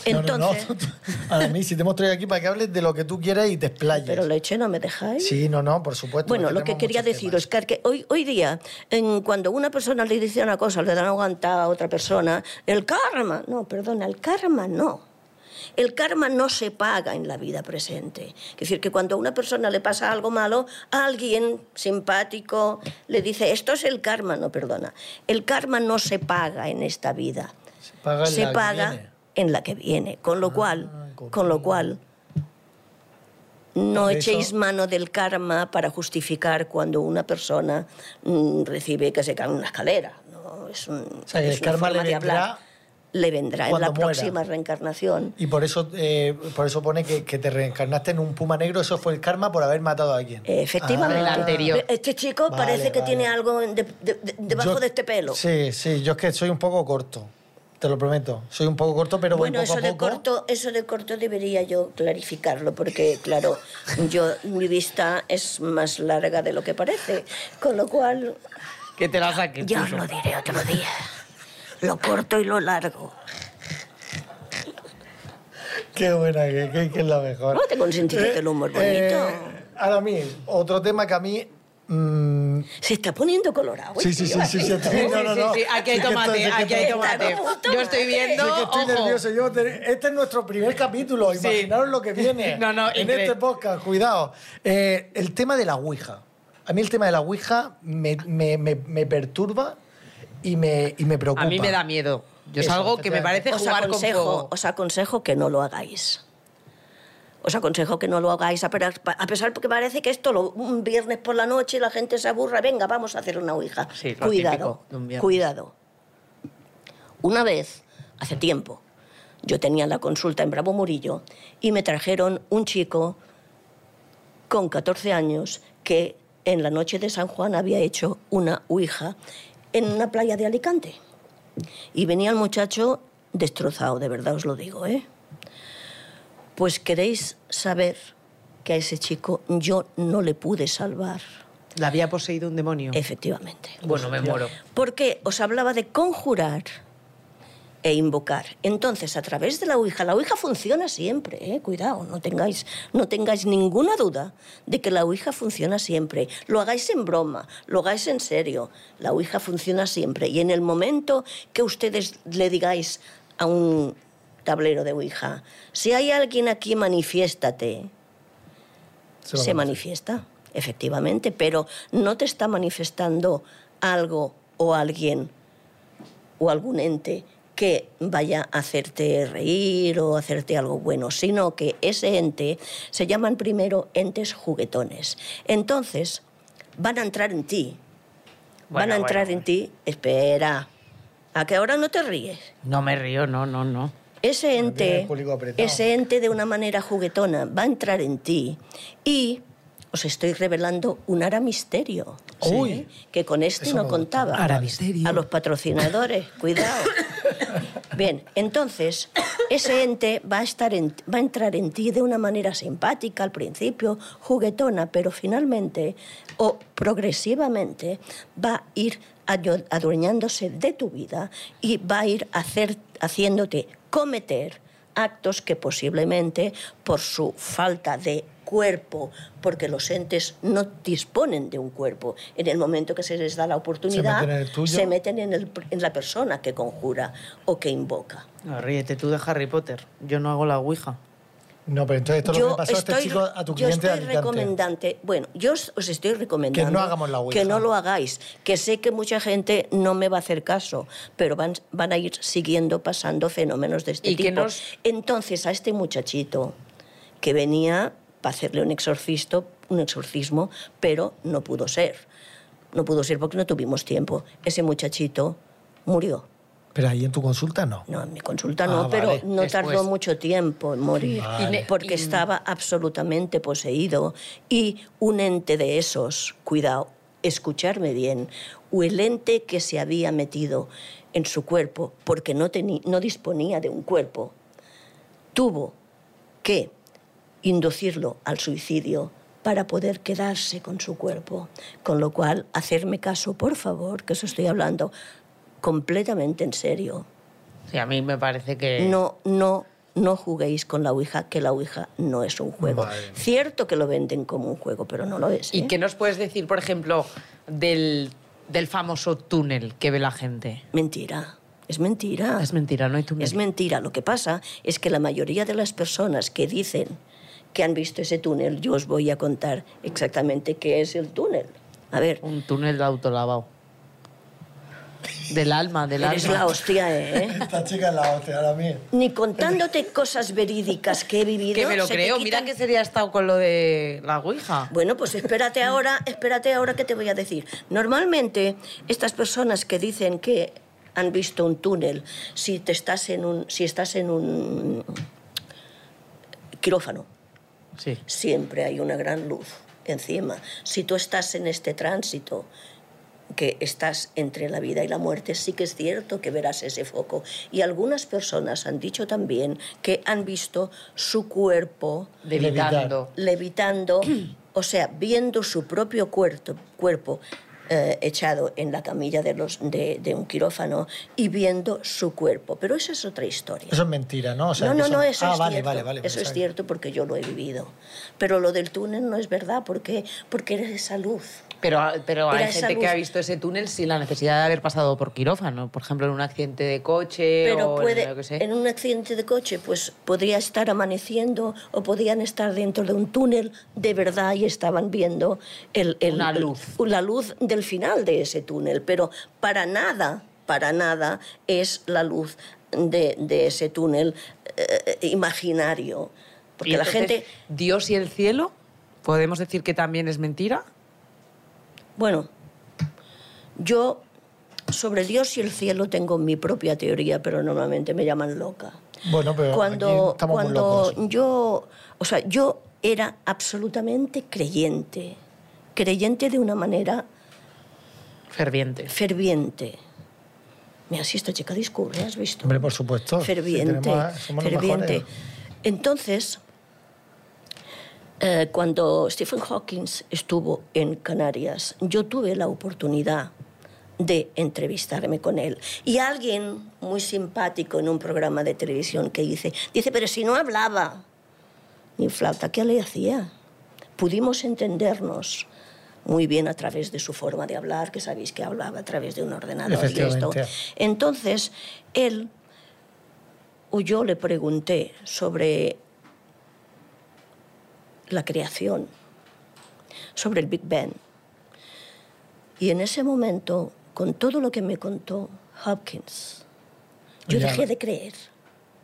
No, Entonces, no, no, tú- tú- Aramis, si te hemos traído aquí para que hables de lo que tú quieras y te explayes. pero leche no me dejáis. Sí, no, no, por supuesto. Bueno, lo tenemos que quería muchos deciros, Car, que hoy, hoy día, en, cuando una persona le dice una cosa, le dan aguantada a otra persona, el karma, no, perdona, el karma no. El karma no se paga en la vida presente. Es decir, que cuando a una persona le pasa algo malo, alguien simpático le dice, esto es el karma, no, perdona. El karma no se paga en esta vida. temas. Se paga. en se la que paga viene. Ah, en la que viene. Con lo cual, copión. con lo cual, no Por echéis eso- mano del karma para justificar cuando una persona mm, recibe que se cae en una escalera. ¿no? Es, un, O sea, que es el una karma le forma de vendrá hablar. Le vendrá en cuando la muera. próxima reencarnación. Y por eso, eh, por eso pone que, que te reencarnaste en un puma negro. Eso fue el karma por haber matado a alguien. Eh, Efectivamente. Ah. El anterior. Este chico Vale, parece que vale. tiene algo en- de- de- de- debajo Yo- de este pelo. Sí, sí, yo es que soy un poco corto. Te lo prometo. Soy un poco corto, pero Bueno, voy poco eso de, a poco. corto, eso de corto debería yo clarificarlo, porque, claro, yo, mi vista es más larga de lo que parece. Con lo cual, que te la saques. ya os tú. lo diré otro día. Lo corto y lo largo. Qué buena, que, que- que es la mejor. Eh, No, tengo un sentido del humor bonito. ahora mismo, otro tema que a mí. mm, Se está poniendo colorado. ¿eh? sí, sí, sí, tío. sí, sí, Sí, sí, no, no, sí, no. sí, aquí hay Sí que tomate, estoy- sí que aquí hay estoy- tomate. Puta Yo estoy madre. viendo, Sí, que estoy ojo. nervioso. Yo te- Este es nuestro primer capítulo. Sí. Imaginaros lo que viene No, en no, increíble. este podcast. Cuidado. Eh, el tema de la Ouija. A mí el tema de la Ouija me, me- me- me perturba y me, y me preocupa. A mí me da miedo. Yo es Eso, algo que me efectivamente. parece os jugar con aconsejo, fuego. os aconsejo que no lo hagáis. Os aconsejo que no lo hagáis, a pesar- a pesar porque parece que esto lo- un viernes por la noche la gente se aburra, venga, vamos a hacer una ouija. Sí, lo cuidado, típico de un viernes. cuidado. Una vez, hace tiempo, yo tenía la consulta en Bravo Murillo y me trajeron un chico con 14 años que en la noche de San Juan había hecho una ouija en una playa de Alicante. Y venía el muchacho destrozado, de verdad os lo digo, ¿eh? Pues queréis saber que a ese chico yo no le pude salvar, La había poseído un demonio. efectivamente. Bueno, me muero. Porque os hablaba de conjurar e invocar. Entonces, a través de la Ouija, la Ouija funciona siempre, ¿eh? cuidado, no tengáis, no tengáis ninguna duda de que la Ouija funciona siempre. Lo hagáis en broma, lo hagáis en serio, la Ouija funciona siempre. Y en el momento que ustedes le digáis a un tablero de Ouija, si hay alguien aquí, manifiéstate, Se se, lo manifiesta, efectivamente, pero no te está manifestando algo o alguien o algún ente que vaya a hacerte reír o hacerte algo bueno, sino que ese ente se llaman primero entes juguetones. Entonces, van a entrar en ti. van Bueno, a entrar bueno. en ti. Espera, a que ahora no te ríes. No me río, no, no, no. Ese viene ente, el público apretado. ese ente de una manera juguetona va a entrar en ti y os estoy revelando un ara misterio. Sí. Uy. Que con este Eso me no gusta. contaba. Ara misterio. A los patrocinadores, cuidado. Bien, entonces ese ente va a, estar en- va a entrar en ti de una manera simpática al principio, juguetona, pero finalmente o progresivamente va a ir adio- adueñándose de tu vida y va a ir hacer- haciéndote cometer actos que posiblemente por su falta de cuerpo, porque los entes no disponen de un cuerpo. En el momento que se les da la oportunidad, meten en el tuyo. se meten en, el- en la persona que conjura o que invoca. No, Ríete tú de Harry Potter. Yo no hago la ouija. No, pero entonces esto es lo que pasó a este chico, a tu yo cliente de estoy Alicante. recomendante. Bueno, yo os, os estoy recomendando Que no hagamos la ouija. que no lo hagáis, que sé que mucha gente no me va a hacer caso, pero van, van a ir siguiendo pasando fenómenos de este Y que tipo. nos- Entonces a este muchachito que venía para hacerle un exorcisto, un exorcismo, pero no pudo ser. No pudo ser porque no tuvimos tiempo. Ese muchachito murió. Pero ahí en tu consulta no. No, en mi consulta Ah, no, vale. pero no Después. tardó mucho tiempo en morir, Vale. Y ne- porque y- estaba absolutamente poseído y un ente de esos, cuidado, escucharme bien, o el ente que se había metido en su cuerpo porque no, teni- no disponía de un cuerpo, tuvo que inducirlo al suicidio para poder quedarse con su cuerpo. Con lo cual, hacerme caso, por favor, que os estoy hablando completamente en serio. Sí, a mí me parece que... No, no, no juguéis con la Ouija, que la Ouija no es un juego. Madre mía. Cierto que lo venden como un juego, pero no lo es. ¿Y ¿eh? qué nos puedes decir, por ejemplo, del, del famoso túnel que ve la gente? Ah, Mentira. Es mentira. Es mentira, no hay túnel. Es mentira. Lo que pasa es que la mayoría de las personas que dicen que han visto ese túnel, yo os voy a contar exactamente qué es el túnel. A ver, Un túnel de autolavado. Del alma, del eres alma. la hostia, ¿eh? Esta chica es la hostia ahora mí. Ni contándote cosas verídicas que he vivido. que me lo se te creo. quitan- Mira que sería estado con lo de la Ouija. Bueno, pues espérate ahora, espérate ahora que te voy a decir. Normalmente, estas personas que dicen que han visto un túnel, si te estás en un. si estás en un quirófano, Sí. siempre hay una gran luz encima. Si tú estás en este tránsito que estás entre la vida y la muerte, sí que es cierto que verás ese foco. Y algunas personas han dicho también que han visto su cuerpo Levitando. levitando, o sea, viendo su propio cuerpo, cuerpo eh, echado en la camilla de, los, de, de un quirófano y viendo su cuerpo. Pero esa es otra historia. Eso es mentira, ¿no? O sea, no, que no, son- no, eso ah, es vale, cierto. vale, vale. eso es pensaba- cierto porque yo lo he vivido. Pero lo del túnel no es verdad porque, porque eres esa luz. Pero, pero hay Era esa gente luz. que ha visto ese túnel sin la necesidad de haber pasado por quirófano. Por ejemplo, en un accidente de coche Pero o en puede, lo que sé. en un accidente de coche, pues podría estar amaneciendo o podían estar dentro de un túnel de verdad y estaban viendo el, el- Una luz. el- la luz del final de ese túnel. Pero para nada, para nada es la luz de, de ese túnel eh, imaginario. Porque Y la entonces, gente, Dios y el cielo, podemos decir que también es mentira. bueno, yo sobre Dios y el cielo tengo mi propia teoría, pero normalmente me llaman loca. Bueno, pero aquí cuando, estamos muy cuando locos. yo, o sea, yo era absolutamente creyente, creyente de una manera Ferviente. ferviente. Mira, si esta chica discurre, ¿has visto? Hombre, por supuesto. si Ferviente, tenemos a- somos los ferviente. mejores. Entonces, eh, cuando Stephen Hawking estuvo en Canarias, yo tuve la oportunidad de entrevistarme con él. Y alguien muy simpático en un programa de televisión que hice, dice, pero si no hablaba, ni flauta, ¿qué le hacía? Pudimos entendernos muy bien a través de su forma de hablar, que sabéis que hablaba a través de un ordenador y esto. Efectivamente. Entonces, él o yo le pregunté sobre la creación, sobre el Big Bang. Y en ese momento, con todo lo que me contó Hopkins, yo Ya. dejé de creer.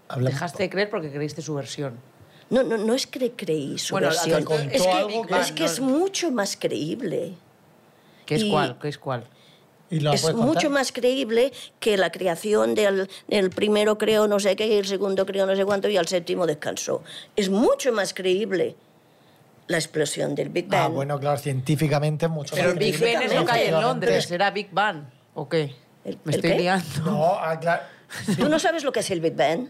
Habla- Dejaste de creer porque creíste su versión. No, no, no es que creí su Bueno, la versión. contó es que, algo que- es, que es mucho más creíble. ¿Qué es Y- cuál? ¿Qué es cuál? ¿Y lo es puedes contar? mucho más creíble que la creación del el primero creó no sé qué, y el segundo creó no sé cuánto y al séptimo descansó. Es mucho más creíble la explosión del Big Bang. Ah, bueno, claro, científicamente es mucho Pero más el Big creíble Ben es lo que hay en efectivamente. Londres, ¿será Big Bang o qué? ¿El- Me el estoy qué? liando. No, ah, claro. ¿Tú no sabes lo que es el Big Bang?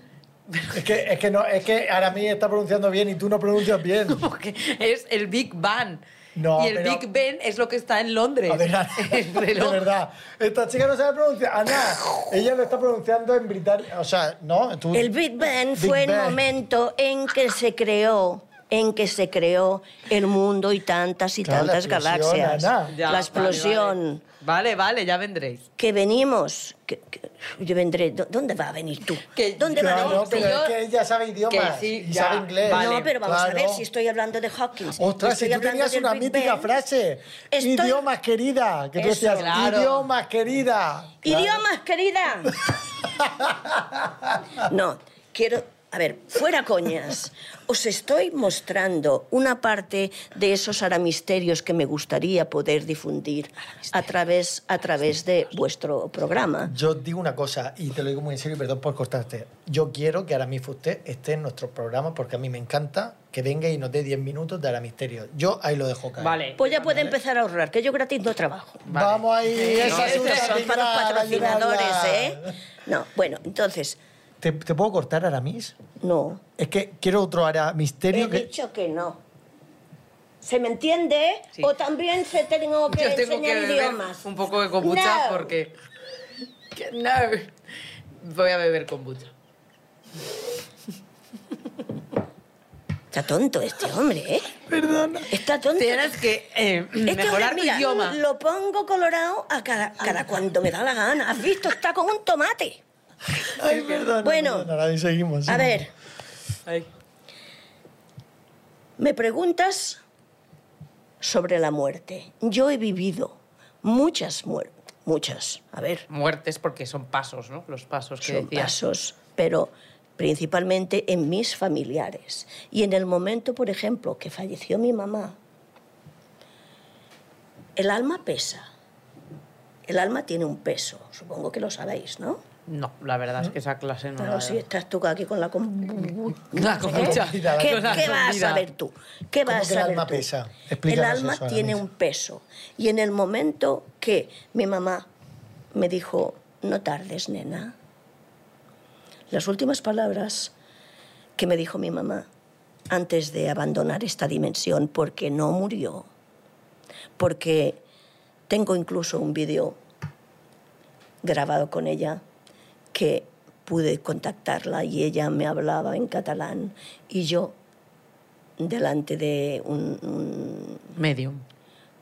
Es que, es que no, es que ahora mí está pronunciando bien y tú no pronuncias bien. Porque es el Big Bang. No, y el pero- Big Ben es lo que está en Londres. A ver, Ana, El reloj. De verdad. Esta chica no sabe pronunciar. Ana, ella lo está pronunciando en británico. O sea, no, tú. El Big Bang Big fue el Bang. momento en que se creó en que se creó el mundo y tantas y Claro, la tantas explosión, galaxias. Ana. Ya, la vale, explosión. Vale, vale, ya vendréis. que venimos, que, que- yo vendré, ¿dó- ¿dónde va a venir tú? Que- ¿Dónde va a Claro, venir no, tú? pero si yo- es que ella sabe idiomas que sí, y ya, sabe inglés. vale. no, pero vamos a ver claro. si estoy hablando de Hawkins. Ostras, estoy si Oh, tú hablando tenías del una Big mítica Bang. frase. Estoy- Idiomas, querida. Que tú Eso, decías, claro. idiomas, querida. ¡Idiomas, querida! no, quiero... A ver, fuera coñas. Os estoy mostrando una parte de esos aramisterios que me gustaría poder difundir a través, a través de vuestro programa. Yo digo una cosa, y te lo digo muy en serio, y perdón por cortarte. Yo quiero que Aramis Fuster esté en nuestro programa porque a mí me encanta que venga y nos dé 10 minutos de Aramisterio. Yo ahí lo dejo caer. Vale. Pues ya puede empezar a ahorrar, que yo gratis no trabajo. Vamos ahí. esa es Estos una son para los señora, patrocinadores, la ¿eh? llevarla. No, bueno, entonces, ¿Te, te puedo cortar, Aramis? no. Es que quiero otro Aramisterio He que... dicho que no. ¿Se me entiende? Sí. O también se tengo que Yo tengo que enseñar beber idiomas. un poco de kombucha No. porque... que no. Voy a beber kombucha. Está tonto este hombre, ¿eh? Perdona. Está tonto. Tienes que eh, Este mejorar hombre, tu mira, idioma. Lo pongo colorado a cada, cada cuando me da la gana. ¿Has visto? Está con un tomate. Ay, perdón. Bueno. Aramis, seguimos. A sí. ver, Ay. me preguntas sobre la muerte. Yo he vivido muchas muertes. Muchas. A ver. Muertes porque son pasos, ¿no? Los pasos que son decías. pasos, pero principalmente en mis familiares. Y en el momento, por ejemplo, que falleció mi mamá, el alma pesa. El alma tiene un peso, supongo que lo sabéis, ¿no? No, la verdad es que esa clase no Claro, la... si estás tú aquí con la... com- La kombucha. ¿Qué, Mira, la qué cosa vas sordida. a ver tú? ¿Qué ¿Cómo vas que el a ver alma tú? pesa? El Explícanos alma eso, Ana tiene Luisa. un peso. Y en el momento que mi mamá me dijo, no tardes, nena, las últimas palabras que me dijo mi mamá antes de abandonar esta dimensión, porque no murió, porque tengo incluso un vídeo grabado con ella que pude contactarla y ella me hablaba en catalán y yo delante de un, un- Medium.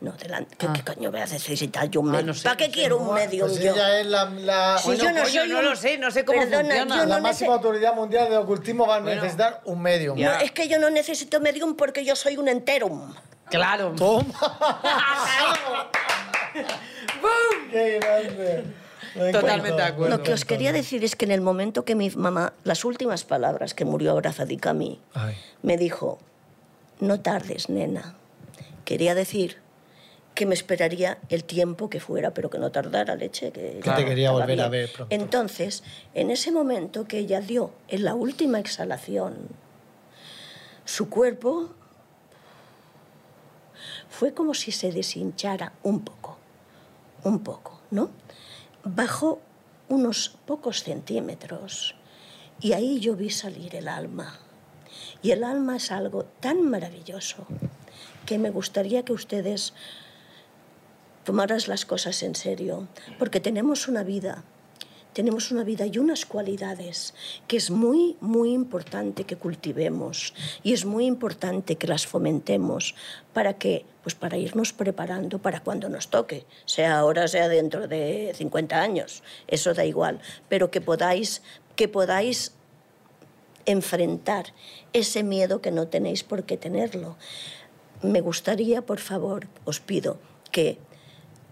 no delante Ah. ¿qué, qué coño voy a necesitar yo un Ah, medio? no sé, ¿para qué no sé. quiero un medio Pues yo? ella es la, la- Si Bueno, yo no coño, soy no un- lo sé, no sé cómo Perdona, funciona. yo la no máxima nece- autoridad mundial de ocultismo va a Bueno. necesitar un medium. Ya. No, es que yo no necesito medium porque yo soy un enterum. Claro. ¡Qué grande! Me encanta. Totalmente de acuerdo. Lo que os quería decir es que en el momento que mi mamá, las últimas palabras que murió abrazadica a mí, Ay. me dijo, no tardes, nena. Quería decir que me esperaría el tiempo que fuera, pero que no tardara leche. Que, Que te quería estaba volver a bien. ver pronto. Entonces, en ese momento que ella dio, en la última exhalación, su cuerpo fue como si se deshinchara un poco, un poco, ¿no? Bajó unos pocos centímetros y ahí yo vi salir el alma. Y el alma es algo tan maravilloso que me gustaría que ustedes tomaras las cosas en serio, porque tenemos una vida, tenemos una vida y unas cualidades que es muy, muy importante que cultivemos y es muy importante que las fomentemos para que, pues para irnos preparando para cuando nos toque, sea ahora, sea dentro de 50 años, eso da igual, pero que podáis, que podáis enfrentar ese miedo que no tenéis por qué tenerlo. me gustaría, por favor, os pido que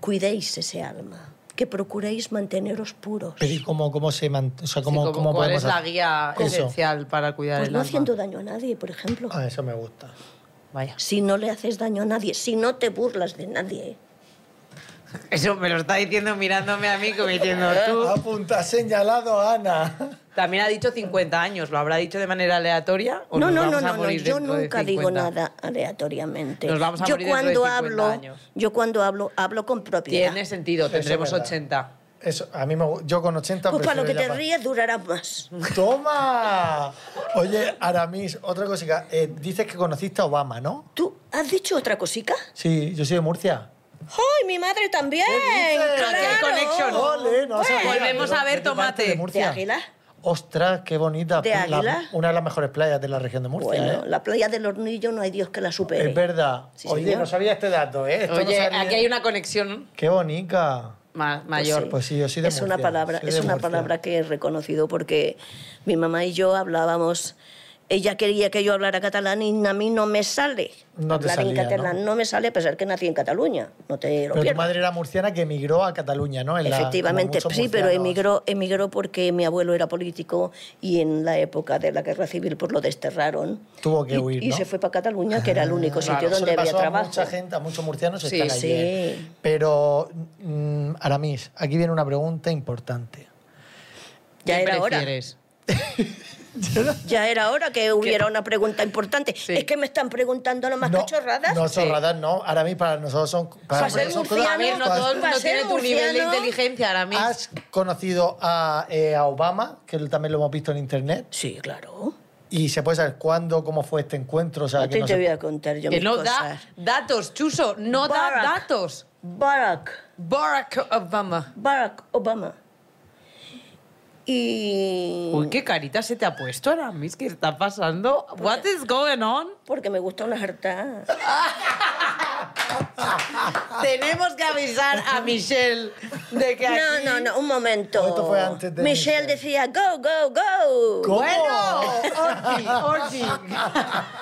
cuidéis ese alma, que procuréis manteneros puros. Pero ¿y cómo, cómo se man- o sea, cómo, Sí, como- cómo ¿Cuál podemos es la hacer? guía Eso. esencial para cuidar Pues el no alma? haciendo daño a nadie, por ejemplo. Ah, eso me gusta. Vaya. Si no le haces daño a nadie, si no te burlas de nadie. Eso me lo está diciendo mirándome a mí como diciendo tú. Apunta, señalado Ana. También ha dicho 50 años. ¿Lo habrá dicho de manera aleatoria? o No, nos no, no, vamos a no, no, morir yo dentro de nunca digo 50? nada aleatoriamente. Nos vamos a yo morir dentro de cuando 50 hablo, años. yo cuando hablo hablo con propiedad. Tiene sentido, Eso es tendremos verdad. 80. Eso, a mí me gu- Yo con 80... Pues para lo que prefiero ya te pa- ríes durará más. ¡Toma! Oye, Aramis, otra cosita. Eh, dices que conociste a Obama, ¿no? ¿Tú has dicho otra cosica? Sí, yo soy de Murcia. ¡Ay, mi madre también! dices? ¡Claro! Aquí hay conexión. Ole, no sabía. Volvemos a ver ¿De qué parte tomate. de Murcia? ¿De Águila? Ostras, qué bonita. ¿De La- Águila? una de las mejores playas de la región de Murcia. Bueno, ¿eh? la playa del hornillo no hay Dios que la supere. Es verdad. Sí, Oye, señor. no sabía este dato, ¿eh? Esto no Oye, sabía. aquí hay una conexión Qué bonita. ma- mayor. Pues sí, yo soy de es Murcia, una palabra, soy es de una Murcia. palabra que he reconocido porque mi mamá y yo hablábamos. Ella quería que yo hablara catalán y a mí no me sale No te hablar en salía, catalán. ¿no? ¿no? me sale a pesar que nací en Cataluña. No te lo Pero tu pierdas. madre era murciana que emigró a Cataluña, ¿no? En la- Efectivamente, como muchos sí, pero murcianos. emigró, emigró porque mi abuelo era político y en la época de la Guerra Civil pues lo desterraron. Tuvo que Y- huir, Y ¿no? se fue para Cataluña, que era el único Claro, sitio Eso donde le había pasó a trabajo. mucha gente, a muchos murcianos Sí, están allí, ¿eh? sí. Pero, mm, Aramis, aquí viene una pregunta importante. Ya ¿Qué era hora. prefieres? Ya era hora que hubiera una pregunta importante. Es que me están preguntando nomás más cachorradas. No, Sí. chorradas no. Aramis para nosotros son... Para Para ser nosotros son A murciano, ver, no Para todo el mundo ser tiene tu nivel de murciano, inteligencia ahora mismo. Has conocido a, eh, a Obama, que también lo hemos visto en internet, Sí, claro. y se puede saber cuándo, cómo fue este encuentro. O sea, A que ti no te se- voy a contar yo Que mis no da cosas. datos, Chuso, no da Barack. datos. Barack, Barack Obama. Barack Obama. Y... Uy, qué carita se te ha puesto ahora mismo. ¿Qué está pasando? What is going on? Porque me gusta una jarta. Tenemos que avisar a Michelle de que No, aquí- no, no, un momento. Esto fue antes de Michelle decía, go, go, go. ¿Cómo? Bueno, Orsi, Orsi.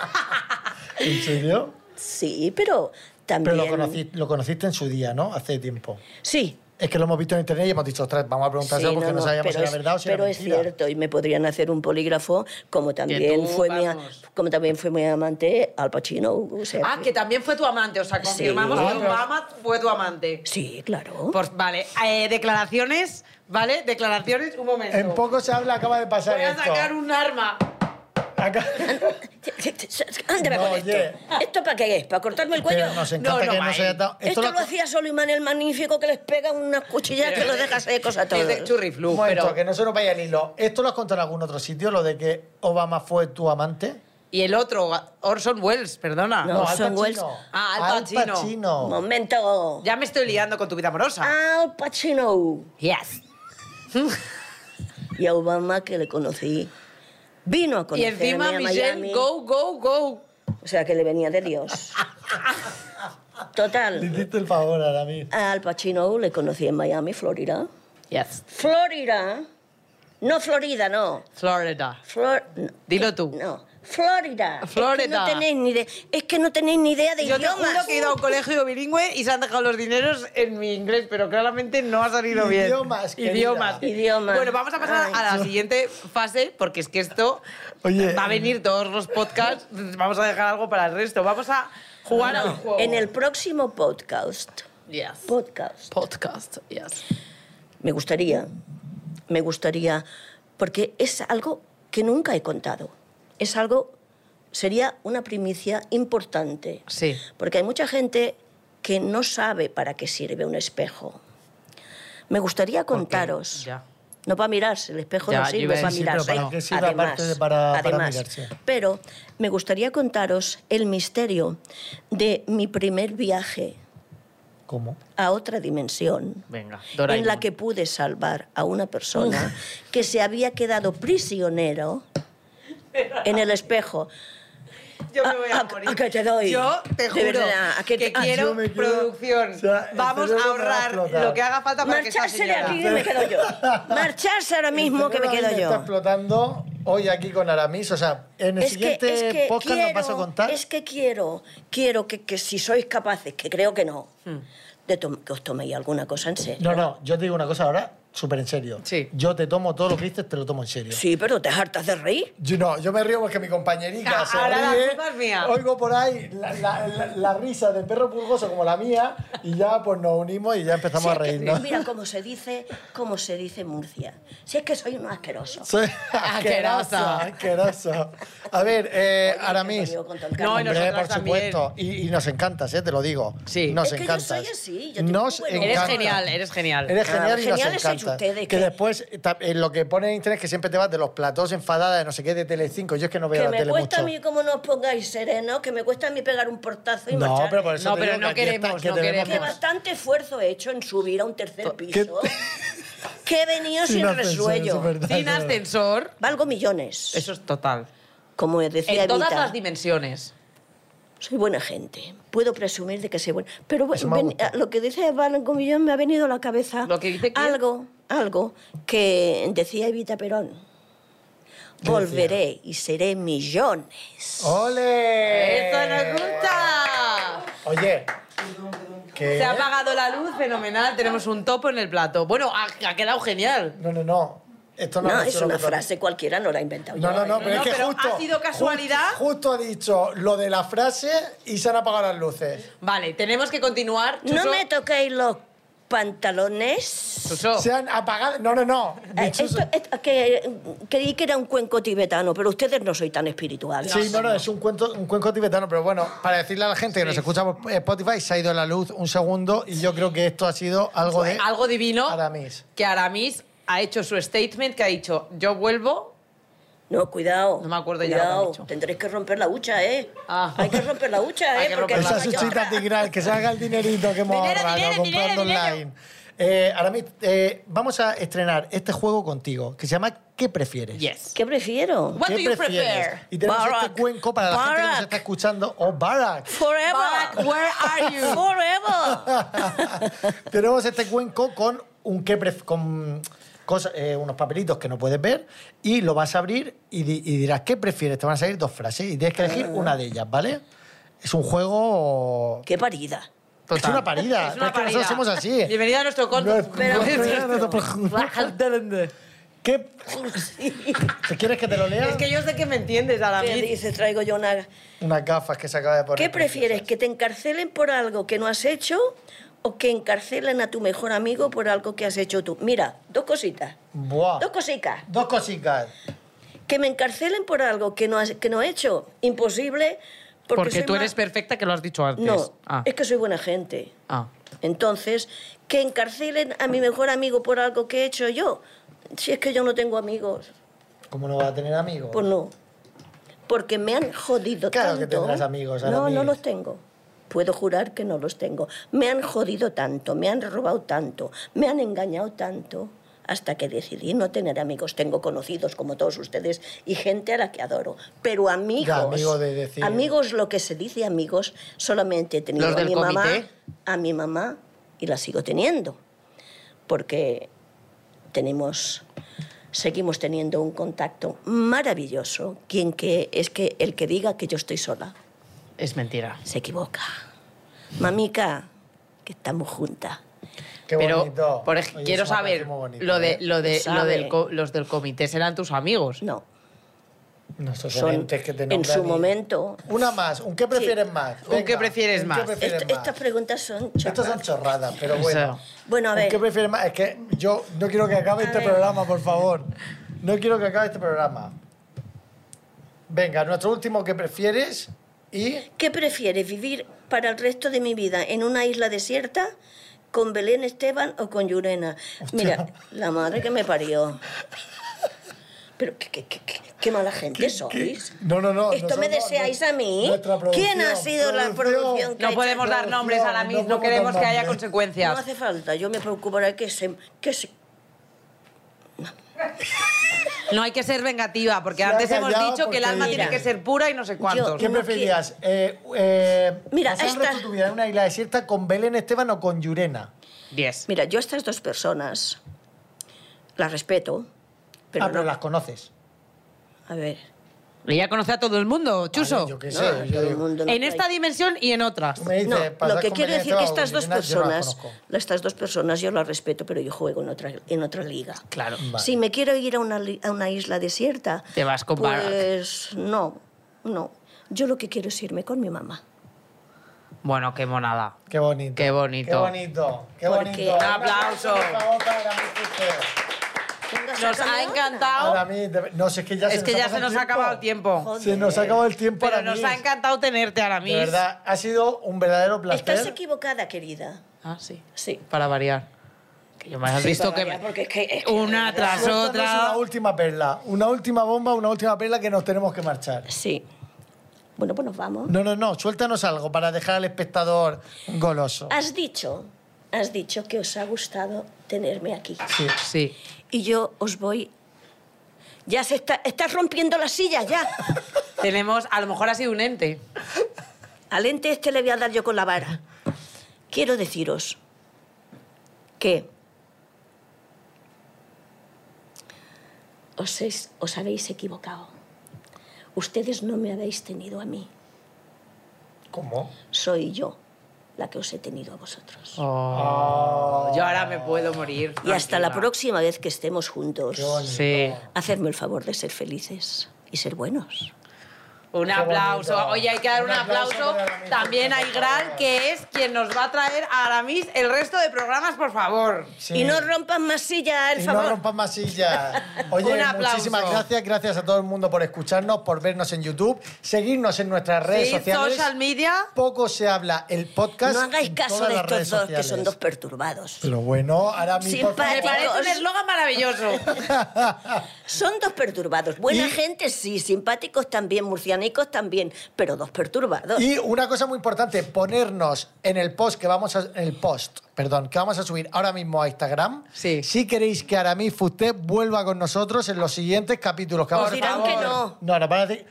¿En serio? Sí, pero Pero también... lo, conocí- lo conociste en su día, ¿no? Hace tiempo. Sí. Es que lo hemos visto en internet y hemos dicho, ostras, vamos a preguntárselo sí, porque no, no, no, sabíamos si pero era es- verdad o si Pero era es mentira. cierto, y me podrían hacer un polígrafo, como también, tú, fue, mi, a- vamos. como también fue mi amante Al Pacino. o sea Ah, que también fue tu amante. O sea, confirmamos Sí. que Obama fue tu amante. Sí, claro. Pues vale, eh, declaraciones, ¿vale? Declaraciones, un momento. En poco se habla, acaba de pasar Voy a esto. sacar un arma. Pues Acá- Ándame No, con esto. oye. ¿Esto para qué es? ¿Para cortarme el cuello? Pero nos encanta No, no, que no se haya Mael. dado... Esto lo, lo- hacía Solimán el Magnífico, que les pega unas cuchillas que los deja secos a todos. Es de churriflu, Un momento, pero... que no se nos vaya el hilo. ¿Esto lo has contado en algún otro sitio, lo de que Obama fue tu amante? Y el otro, Orson Welles, perdona. No. Orson Welles. Ah, Al Pacino. Momento. Ya me estoy liando con tu vida amorosa. Al Pacino Yes. y a Obama que le conocí. Vino a Y conocerme encima a Michelle, Miami. go, go, go. O sea, que le venía de Dios. Le Total. hiciste el favor ahora mismo. a Al Pacino le conocí en Miami, Florida. Yes. Florida. No Florida, no. Florida. Flor... no. eh, Dilo tú. No, Florida. Es que Florida. no tenéis ni idea, es que no tenéis ni idea de Yo te idiomas. juro que he ido a un colegio bilingüe y se han dejado los dineros en mi inglés, pero claramente no ha salido bien. Idiomas, querida. Idiomas. Idiomas. Bueno, vamos a pasar Ay. a la siguiente fase, porque es que esto Oye. va a venir todos los podcasts. Vamos a dejar algo para el resto. Vamos a jugar a un juego. Ah, En el próximo podcast, Yes. podcast, Podcast, yes. me gustaría, me gustaría, porque es algo que nunca he contado. Es algo, sería una primicia importante. Sí. Porque hay mucha gente que no sabe para qué sirve un espejo. Me gustaría contaros. ya. No para mirarse, el espejo Ya, no yo sirve iba a para decir, pero mirarse. ¿para qué sirve aparte de para- para mirarse? Pero me gustaría contaros el misterio de mi primer viaje ¿Cómo? a otra dimensión Venga, Doraemon. en la que pude salvar a una persona que se había quedado prisionero en el espejo. Yo me voy a, ¿A- a- morir. a que te doy? Yo te De juro verdad, ¿a que que, te- ah, quiero yo me quedo- producción. o sea, el Vamos cerebro a me va a ahorrar explotar. lo que haga falta para que esta Marcharse de señora... aquí que me quedo yo. Marcharse ahora mismo que me Este quedo programa Está yo. explotando. hoy aquí con Aramis. O sea, en el siguiente podcast nos vas a contar. Es que quiero, quiero que, que si sois capaces, que creo que no, de tom- que os toméis alguna cosa en serio. Hmm. No, no, yo te digo una cosa ahora súper en serio. Sí. Yo te tomo todo lo que dices, te lo tomo en serio. Sí, pero te hartas de reír. Yo, no, yo me río porque mi compañerita Ah, se ahora la ríe. culpa es mía. Oigo por ahí la, la- la- la risa del perro pulgoso como la mía y ya pues nos unimos y ya empezamos Si a es que- reírnos. Mira cómo se dice, cómo se dice en Murcia. Si es que soy un asqueroso. Soy asquerosa, Asquerosa. asquerosa. A ver, eh, Oye, Aramis. te lo digo con todo el No, cariño. y Hombre, nosotras por también. supuesto. Y, y nos encantas, ¿eh? te lo digo. Sí. Nos Es que yo encantas. soy así, yo tengo nos muy buen humor. Eres encanta. genial, eres genial. Eres Claro, genial y nos geniales sois encanta. ustedes, que ¿eh? que- después, ta- en lo que pone en internet, que siempre te vas de los platos enfadada de no sé qué, de Telecinco. Yo es que no veo Que la me tele cuesta mucho. a mí, como no os pongáis serenos, que me cuesta a mí pegar un portazo y No, marchar. pero por eso No, te pero digo no que aquí estás, queremos, que no te vemos Que queremos. que- bastante esfuerzo he hecho en subir a un tercer piso. ¿Qué? que he venido sin, Sin ascensor, eso resuello. es verdad. Sin ascensor, Valgo millones. eso es total. Como decía En todas Evita, las dimensiones. soy buena gente. Puedo presumir de que soy buena. Pero bueno, Eso me ven- gusta. lo que dice Valgo Millón me ha venido a la cabeza ¿Lo que dice quién? algo, algo que decía Evita Perón. ¿Qué Volveré y seré millones. Oh, ¡Ole! ¡Eso nos gusta! Oye, que... Se ha apagado la luz, fenomenal. Tenemos un topo en el plato. Bueno, ha, ha quedado genial. No, no, no. Esto no, No, lo he es hecho una lo que- frase cualquiera, no la he inventado No, yo, no, ¿eh? no, pero No, es que pero justo. ha sido ju- casualidad. Justo, ha dicho lo de la frase y se han apagado las luces. Vale, tenemos que continuar. No Chuso. me toquéis los pantalones. Chuso. Se han apagado. No, no, no. Eh, Ni esto- Chuso- esto- que, mm, creí que era un cuenco tibetano, pero ustedes no soy tan espirituales. Sí, no, no, es un, cuento, un cuenco tibetano, pero bueno, para decirle a la gente que nos escucha por Spotify, se ha ido la luz un segundo y yo creo que esto ha sido algo de Algo divino Aramis. que Aramis ha hecho su statement que ha dicho, yo vuelvo. No, cuidado. No me acuerdo ya lo que han cuidado. dicho. Tendréis que romper la hucha, ¿eh? Ah. Hay que romper la hucha, Hay ¿eh? que Porque romper no Esa la vaya- suchita tigral, que se haga el dinerito que hemos Dinero, ahorrado dinero, comprando dinero, dinero. online. Eh, Aramis, eh, vamos a estrenar este juego contigo, que se llama ¿Qué prefieres? Yes. ¿Qué prefiero? What do ¿Qué you prefieres? prefer? Y tenemos Barack. este cuenco para la gente que nos Barack. está escuchando. ¡Oh, Barack! Forever. Barack, where are you? Forever. tenemos este cuenco con un qué pref- con cosa- eh, unos papelitos que no puedes ver y lo vas a abrir y, di- y dirás ¿qué prefieres? Te van a salir dos frases y tienes que elegir una de ellas, ¿vale? Es un juego... Qué parida. Es una parida. Es una es que nosotros parida. somos así. Bienvenida a nuestro corto. No es- Pero- ¿Qué... ¿Te quieres que te lo lea? es que yo sé que me entiendes, Aramis. ¿Qué dice? Traigo yo una... Unas gafas que se acaba de poner. ¿Qué prefieres? ¿Que te encarcelen por algo que no has hecho o que encarcelen a tu mejor amigo por algo que has hecho tú? Mira, dos cositas. Buah. Dos cositas. Dos cositas. Que me encarcelen por algo que no, has- que no he hecho. Imposible. Porque, Porque soy tú ma- eres perfecta, que lo has dicho antes. No, Ah. es que soy buena gente. Ah. Entonces, que encarcelen a mi mejor amigo por algo que he hecho yo. Si es que yo no tengo amigos, ¿Cómo no vas a tener amigos? pues no. Porque me han jodido Claro que tanto. tendrás amigos, No, Aramis. no los tengo. Puedo jurar que no los tengo. Me han jodido tanto, me han robado tanto, me han engañado tanto, hasta que decidí no tener amigos. Tengo conocidos como todos ustedes y gente a la que adoro. Pero amigos. amigo de decir- Amigos, Pues lo que se dice amigos, solamente he tenido Los a del mi mamá, comité. a mi mamá y la sigo teniendo. Porque tenemos seguimos teniendo un contacto maravilloso. Quien que es que el que diga que yo estoy sola Es mentira. se equivoca. Mamica, que estamos juntas. Qué Pero bonito. por ej- Oye, quiero es una frase saber, muy bonita, lo de, ¿eh? lo de, Sabe. lo del co- los del comité serán tus amigos. No, Nuestros son oyentes que te en nombran su y- momento. Una más. ¿Un qué prefieres más? Un qué prefieres ¿un más. qué prefieres Est- más? estas preguntas son Estas son chorradas. chorradas, pero bueno. Eso. Bueno, a ¿Un qué ver, prefieres más? Es que yo no quiero que acabe A este ver. programa, por favor. No quiero que acabe este programa. Venga, nuestro último qué prefieres y... ¿qué prefieres vivir para el resto de mi vida en una isla desierta? ¿Con Belén Esteban o con Yurena? Mira, la madre que me parió. Pero qué, qué- qué- qué- qué mala gente sois. No, no, no. ¿Esto me nosotros- deseáis a mí? nuestra producción, ¿Quién ha sido la producción que No ha podemos hecho? dar nombres a la No misma, no podemos queremos dar que haya nombres. No consecuencias. hace falta, yo me preocuparé que se... Que se... No hay que ser vengativa, Se porque ha antes hemos callado dicho que el porque- alma tiene Mira. que ser pura y no sé cuántos. ¿Quién No preferías? Eh, eh, Mira, pasar el esta- resto de tu vida en una isla desierta con Belén Esteban o con Yurena? Diez. Mira, yo a estas dos personas las respeto, pero ah, pero no- las conoces. A ver. Ella conoce a todo el mundo, Chuso. Yo qué no, sé. a yo todo el digo, mundo no en trae. esta dimensión y en otras. tú me dices, No, pasar lo que con quiero decir es Venezuela que o estas dos Argentina, yo no las personas, conozco. estas dos personas yo las respeto, pero yo juego en otra, en otra liga. Claro. Vale. Si me quiero ir a una, li- a una isla desierta, Te vas con Barack. pues no, no. Yo lo que quiero es irme con mi mamá. Bueno, qué monada. Qué bonito. Qué bonito. Qué bonito. Qué Porque- bonito. Un aplauso. Un aplauso, por favor, para mí, Quique. Venga, Nos ha sácame otra. Para encantado. mí, de- no sé, es que ya Es que ya se nos ha acabado el tiempo. Joder. Se nos ha acabado el tiempo Pero para nos mí. ha encantado tenerte ahora De mismo. verdad, ha sido un verdadero placer. Estás equivocada, querida. Ah, sí. Sí. Para variar. Que yo me has visto que. me- Porque es que- es que- Una tras Suéltanos otra. Una última perla, una última bomba, una última perla que nos tenemos que marchar. Sí. Bueno, pues nos vamos. No, no, no, suéltanos algo para dejar al espectador goloso. Has dicho, has dicho que os ha gustado tenerme aquí. Sí, sí. Y yo os voy... Ya se está... Estás rompiendo la silla, ya. Tenemos, a lo mejor ha sido un ente. Al ente este le voy a dar yo con la vara. Quiero deciros que os, es- os habéis equivocado. Ustedes no me habéis tenido a mí. ¿Cómo? Soy yo la que os he tenido a vosotros. Oh. Ah. Yo ahora me puedo morir. y hasta la tranquila. próxima vez que estemos juntos, Qué bonito. Sí. hacerme el favor de ser felices y ser buenos. Un aplauso. bonito. Oye, hay que dar un, Un aplauso aplauso, para Aramis, también a por favor. Igral, que es quien nos va a traer a Aramis el resto de programas, por favor. Sí. Y no rompan más silla, al Eh, Y favor. no rompas más sillas. Oye, Un aplauso. muchísimas gracias. Gracias a todo el mundo por escucharnos, por vernos en YouTube, seguirnos en nuestras redes Sí, sociales. social media. Poco se habla el podcast. No hagáis en caso todas de las estos redes dos, que sociales. son dos perturbados. Pero bueno, ahora mi por Me Simpático. favor. parece un Chicos. eslogan maravilloso. Son dos perturbados. Buena Y- gente, sí. Simpáticos también, murcianicos también. Pero dos perturbados. Y una cosa muy importante, ponernos en el post que vamos a, en el post, perdón, que vamos a subir ahora mismo a Instagram. Sí. Si queréis que Aramis Futé vuelva con nosotros en los siguientes capítulos. Que Os vamos a- dirán que no. No, no, para decir-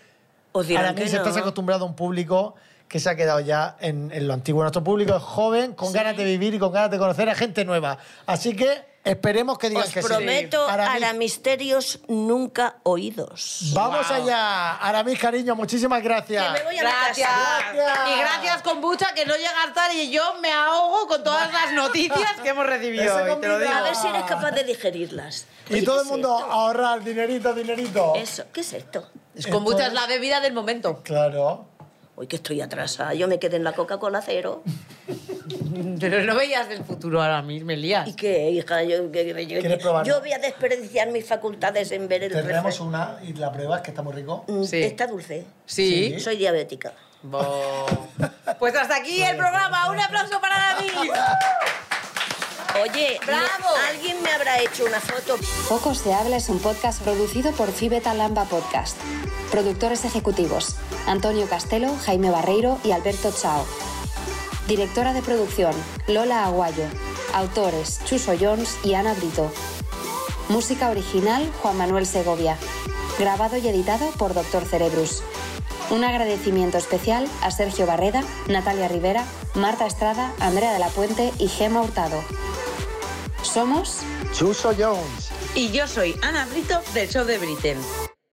Os dirán Aramis, que no. estás acostumbrado a un público que se ha quedado ya en, en lo antiguo. Nuestro público es joven, con ganas de vivir y con ganas de conocer a gente nueva. Así que esperemos que digan Os que sí. prometo Aramis, a misterios nunca oídos. Vamos Wow. allá. Aramis, cariño, muchísimas gracias. Que me voy a la Gracias. casa. Gracias. Y gracias, Kombucha, que no llega tarde y yo me ahogo con todas las noticias que hemos recibido. Ese hoy, te lo digo. combinado. A ver si eres capaz de digerirlas. Y Oye, todo ¿qué el mundo a ahorrar dinerito, dinerito. es esto? Eso, ¿qué es esto? Es Kombucha es la bebida del momento. Claro. Hoy que estoy atrasada, yo me quedé en la Coca-Cola cero. Pero no veías el futuro ahora mismo, me lías. ¿Y qué, hija? Yo, yo- yo- yo- ¿Quieres probarlo? yo voy a desperdiciar mis facultades en ver el Tendremos refresco. una y la pruebas que está muy rico. Mm, Sí. Está dulce. Sí. Soy diabética. Bo. Pues hasta aquí el programa. Un aplauso para David. Oye, ¡Bravo! alguien me habrá hecho una foto. Poco se habla es un podcast producido por Fibeta Lamba Podcast. Productores ejecutivos: Antonio Castelo, Jaime Barreiro y Alberto Chao. Directora de producción: Lola Aguayo. Autores: Chuso Jones y Ana Brito. Música original: Juan Manuel Segovia. Grabado y editado por Doctor Cerebrus. Un agradecimiento especial a Sergio Barreda, Natalia Rivera, Marta Estrada, Andrea de la Puente y Gema Hurtado. Somos Chuso Jones. Y yo soy Ana Brito del Show de Britain.